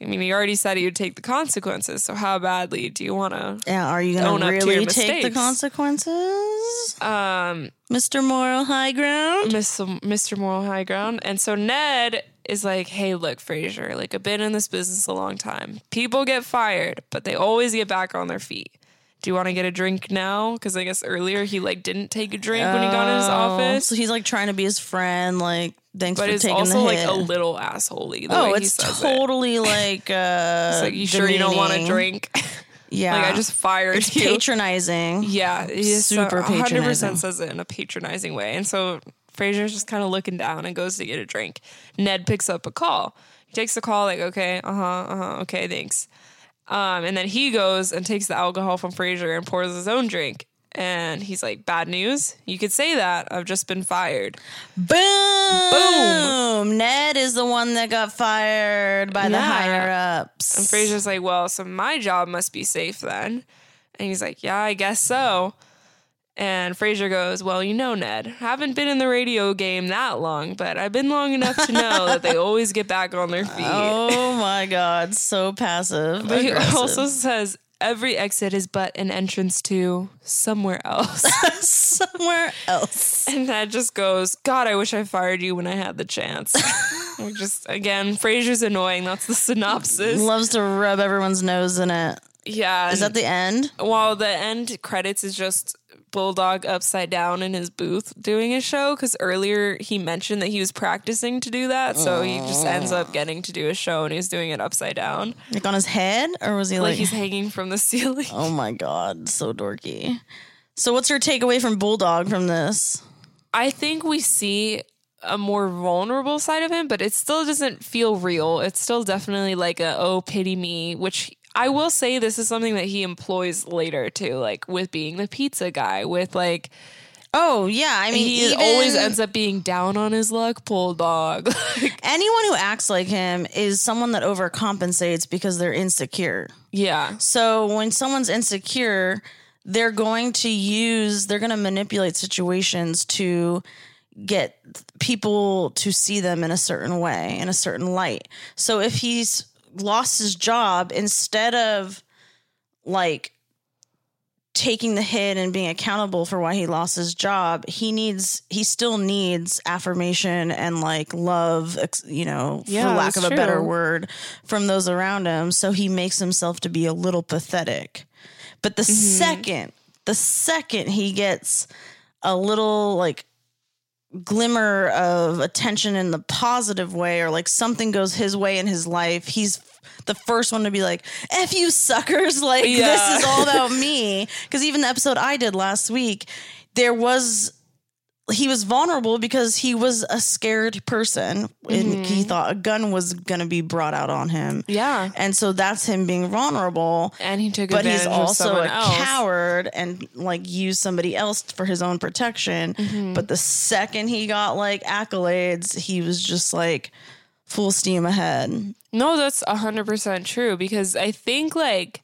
B: I mean, he already said he would take the consequences. So how badly do you want to?
A: yeah, are you
B: Own
A: gonna
B: up to your
A: really take the
B: mistakes.
A: consequences,
B: Um,
A: Mister Moral High Ground?
B: Mr. Mr. Moral High Ground. And so Ned is like, hey, look, Frasier, like I've been in this business a long time. People get fired, but they always get back on their feet. Do you want to get a drink now? Because I guess earlier he like didn't take a drink when he got in his office.
A: Oh, So he's like trying to be his friend, like thanks
B: but
A: for
B: it's
A: taking
B: also
A: the
B: like
A: hit.
B: a little assholey. The way
A: oh,
B: he
A: it's
B: says it. (laughs)
A: totally like uh,
B: It's like you sure you don't want to
A: demeaning.
B: drink? (laughs)
A: Yeah,
B: like I just fired
A: it's
B: you.
A: patronizing.
B: yeah,
A: super
B: super Hundred
A: patronizing.
B: percent says it in a patronizing way, and so Fraser's just kind of looking down and goes to get a drink. Ned picks up a call. He takes the call like, okay, uh huh, uh huh, okay, thanks. Um, and then he goes and takes the alcohol from Fraser and pours his own drink. And he's like, "Bad news. You could say that. I've just been fired."
A: Boom! Boom! Ned is the one that got fired by the
B: Yeah.
A: higher ups.
B: And Fraser's like, well, so my job must be safe then. And he's like, yeah, I guess so. And Fraser goes, well, you know, Ned, haven't been in the radio game that long, but I've been long enough to know that they always get back on their
A: (laughs)
B: feet.
A: Oh my god, so passive.
B: but (laughs) he
A: aggressive. (laughs)
B: also says every exit is but an entrance to somewhere else. (laughs)
A: somewhere else.
B: and Ned just goes, God, I wish I fired you when I had
A: (laughs)
B: the chance. We just again, Fraser's annoying. That's the synopsis.
A: Loves to rub everyone's nose in it.
B: Yeah,
A: Is
B: and-
A: that the end?
B: while the end credits is just Bulldog upside down in his booth doing his show because earlier he mentioned that he was practicing to do that, so he just ends up getting to do a show and he's doing it upside down,
A: Like on his head, or was he
B: like
A: like?
B: he's hanging from the (laughs) ceiling.
A: oh my god, so dorky. So what's your takeaway from Bulldog from this?
B: I think we see a more vulnerable side of him, but it still doesn't feel real. It's still definitely like a oh pity me, which I will say this is something that he employs later too, like with being the pizza guy, with like
A: Oh yeah, I mean
B: he
A: even-
B: always ends up being down on his luck, bulldog. (laughs) Like,
A: Anyone who acts like him is someone that overcompensates because they're insecure.
B: yeah,
A: So when someone's insecure, they're going to use, they're going to manipulate situations to get people to see them in a certain way, in a certain light. So if he's lost his job, instead of like taking the hit and being accountable for why he lost his job, he needs, he still needs affirmation and like love, ex- you know,
B: Yeah,
A: for lack
B: that's
A: of a better
B: true.
A: word word from those around him. So he makes himself to be a little pathetic. But the
B: Mm-hmm.
A: second, the second he gets a little like glimmer of attention in the positive way or like something goes his way in his life, he's the first one to be like, F you suckers. (laughs) Like,
B: Yeah.
A: this is all
B: (laughs)
A: about me. Because even the episode I did last week, there was he was vulnerable because he was a scared person and he thought a gun was going to be brought out on him.
B: Mm-hmm. yeah.
A: And so that's him being vulnerable.
B: And he took
A: But
B: advantage
A: he's
B: of
A: also
B: someone
A: a
B: else.
A: coward and like used somebody else for his own protection.
B: Mm-hmm.
A: But the second he got like accolades, he was just like full steam ahead.
B: No, that's hundred percent true because I think like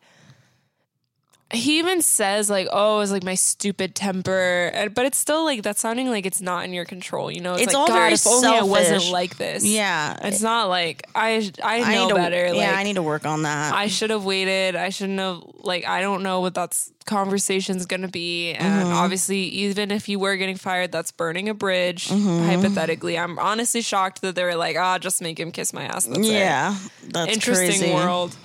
B: he even says like, "Oh, it's like my stupid temper," and- but it's still like that's sounding like it's not in your control. You know, it's,
A: It's
B: like
A: all
B: God,
A: very
B: if only I wasn't
A: selfish.
B: like this.
A: Yeah.
B: it's not like I I know
A: I need to,
B: better.
A: Yeah,
B: like,
A: I need to work on that.
B: I should have waited. I shouldn't have like I don't know what that's conversation's gonna be. And
A: Mm-hmm.
B: obviously, even if you were getting fired, that's burning a bridge.
A: Mm-hmm.
B: Hypothetically, I'm honestly shocked that they were like, ah, just make him kiss my ass. That's it."
A: yeah. That's
B: interesting
A: crazy.
B: world.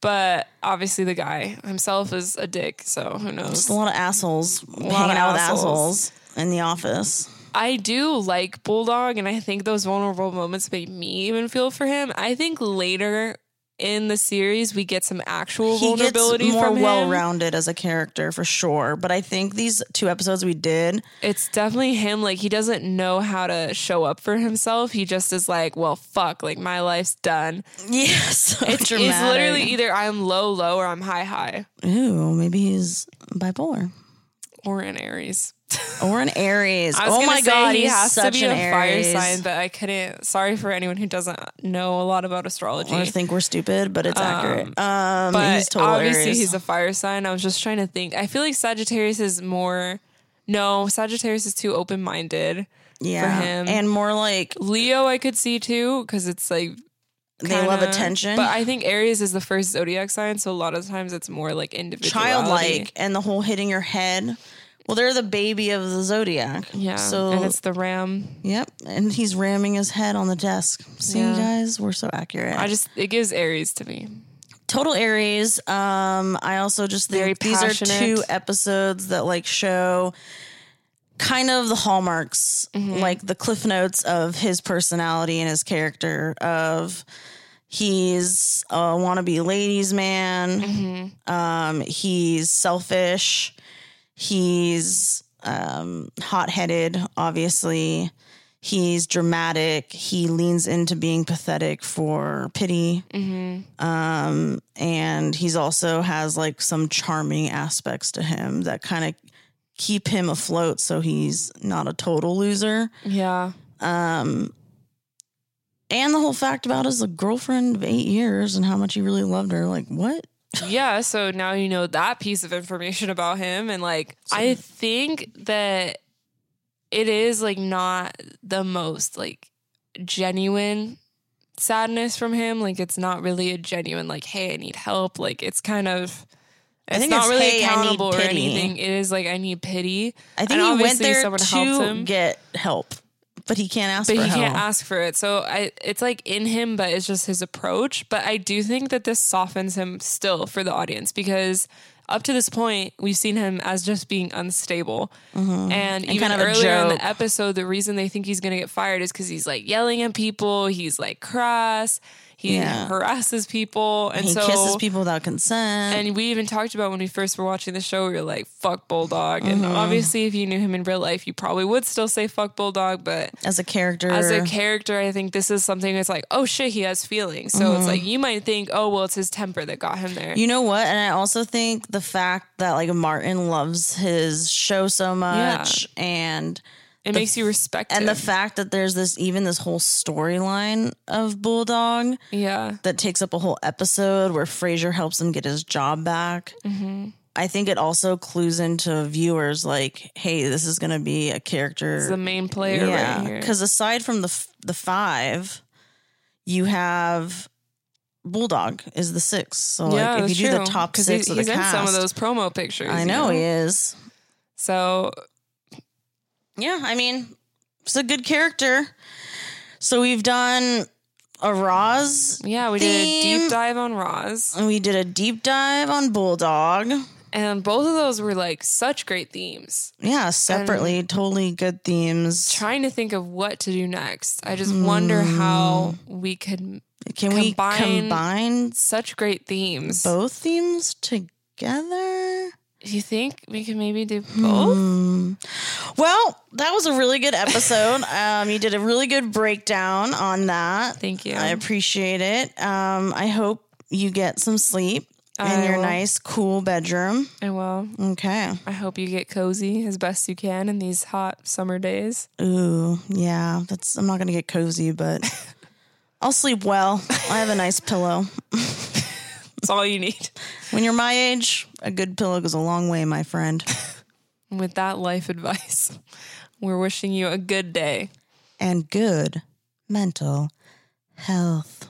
B: But obviously, the guy himself is a dick. So who knows?
A: It's a lot of assholes
B: lot
A: hanging
B: of
A: out
B: assholes.
A: with assholes in the office.
B: I do like Bulldog, and I think those vulnerable moments made me even feel for him. I think later in the series we get some actual
A: he
B: vulnerability
A: gets more
B: from him.
A: well-rounded as a character for sure but i think these two episodes we did
B: It's definitely him. Like he doesn't know how to show up for himself. He just is like, well, fuck. Like my life's done.
A: (laughs) yes it's,
B: It's literally either I'm low, low, or I'm high, high.
A: ooh maybe he's bipolar
B: or an Aries. (laughs)
A: Or an Aries.
B: I was
A: oh
B: gonna
A: my
B: say
A: God,
B: he
A: he's
B: has
A: such
B: to be
A: an
B: a
A: Aries.
B: fire sign, but I couldn't. Sorry for anyone who doesn't know a lot about astrology.
A: I think we're stupid, but it's accurate. Um,
B: but
A: he's total
B: obviously
A: Aries.
B: he's a fire sign. I was just trying to think. I feel like Sagittarius is more. No, Sagittarius is too open minded.
A: yeah,
B: him.
A: and more like
B: Leo, I could see too because it's like
A: they love
B: kinda-
A: attention,
B: But I think Aries is the first zodiac sign, so a lot of times it's more like individual,
A: childlike, and the whole hitting your head. Well, they're the baby of the zodiac.
B: Yeah,
A: So
B: and it's the ram.
A: yep, and he's ramming his head on the desk. See, you
B: Yeah.
A: guys, we're so accurate.
B: I just it gives Aries to me.
A: total Aries. Um, I also just think
B: Very
A: these are
B: passionate.
A: two episodes that like show kind of the hallmarks,
B: Mm-hmm.
A: like the cliff notes of his personality and his character. Of he's a wannabe ladies man.
B: Mm-hmm.
A: Um, he's selfish. He's um, hot headed, obviously. He's dramatic. He leans into being pathetic for pity Um, and he's also has like some charming aspects to him that kind of keep him afloat so he's not a total loser Um,
B: Yeah,
A: and the whole fact about his girlfriend of eight years and how much he really loved her like what
B: yeah. So now you know that piece of information about him, and like I think that it is like not the most like genuine sadness from him. Like it's not really a genuine like, hey, I need help. Like it's kind of. It's
A: think
B: not
A: it's,
B: really
A: "Hey, I need
B: accountable or
A: pity."
B: anything. It is like I need pity.
A: i think
B: And
A: he went
B: obviously
A: there
B: someone helped
A: to
B: him.
A: get help but he can't ask
B: but
A: for
B: he
A: help
B: can't ask for it. So I, it's like in him, but it's just his approach. But I do think that this softens him still for the audience because up to this point, we've seen him as just being unstable. And, even
A: Mm-hmm. kind of a
B: earlier in
A: joke.
B: the episode, the reason they think he's going to get fired is because he's like yelling at people. He's like cross. He
A: Yeah.
B: harasses people, and
A: he
B: so
A: kisses people without consent
B: and we even talked about when we first were watching the show, we were like, fuck Bulldog. And
A: Mm-hmm.
B: obviously, if you knew him in real life, you probably would still say fuck Bulldog, but
A: as a character
B: as a character, I think this is something that's like, oh shit, he has feelings. So it's like you might think, oh well, it's his temper that got him there.
A: Mm-hmm. You know what? And I also think the fact that like Martin loves his show so much and
B: it makes you respect
A: and
B: him.
A: the fact that there's this even this whole storyline of Bulldog
B: yeah,
A: that takes up a whole episode where Frasier helps him get his job back. I think it also clues into viewers like, hey, this is going to be a character.
B: the main player right here.
A: because aside from the f- the five, you have Bulldog is the six. So like
B: yeah,
A: if
B: that's
A: you do
B: true.
A: the top
B: 'Cause
A: six
B: he,
A: of
B: he's
A: the cast,
B: in some of those promo pictures.
A: I
B: you
A: know he is.
B: So
A: Yeah, I mean, it's a good character. So we've done a Roz.
B: yeah, we did a
A: Theme.
B: deep dive on Roz,
A: And we did a deep dive on Bulldog.
B: and both of those were like such great themes.
A: Yeah, separately, totally good themes.
B: Trying to think of what to do next, I just wonder
A: Mm.
B: how we could
A: Can we
B: combine-
A: combine
B: such great themes.
A: both themes together?
B: Do you think we could maybe do both?
A: Hmm. Well, that was a really good
B: (laughs)
A: episode. um, you did a really good breakdown on that.
B: Thank you.
A: I appreciate it. Um, I hope you get some sleep in
B: I
A: your
B: will.
A: nice, cool bedroom.
B: And well,
A: Okay.
B: I hope you get cozy as best you can in these hot summer days.
A: Ooh, yeah. That's I'm not gonna get cozy, but I'll sleep well. I have a nice pillow.
B: That's all you need. (laughs)
A: When you're my age, a good pillow goes a long way, my friend.
B: With that life advice, we're wishing you a good day.
A: And good mental health.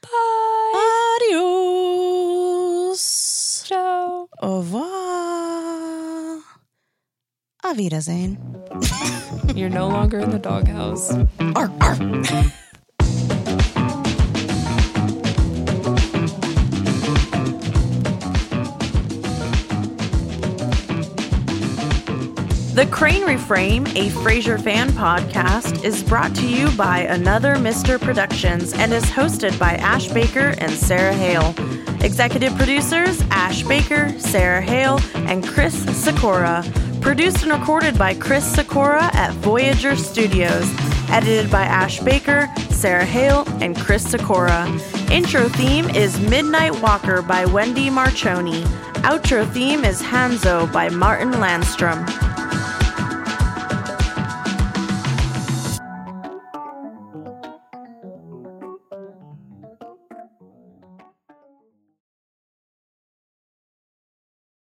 B: Bye.
A: Adios.
B: Ciao.
A: Au revoir. Auf Wiedersehen.
B: You're no longer in the doghouse.
A: Arr, arr. The Crane Reframe, a Frasier fan podcast, is brought to you by Another Mister Productions and is hosted by Ash Baker and Sarah Hale. Executive producers Ash Baker, Sarah Hale, and Chris Sikora. Produced and recorded by Chris Sikora at Voyager Studios. Edited by Ash Baker, Sarah Hale, and Chris Sikora.
C: Intro theme is Midnight Walker by Wendy Marchoni. Outro theme is Hanzo by Martin Landstrom.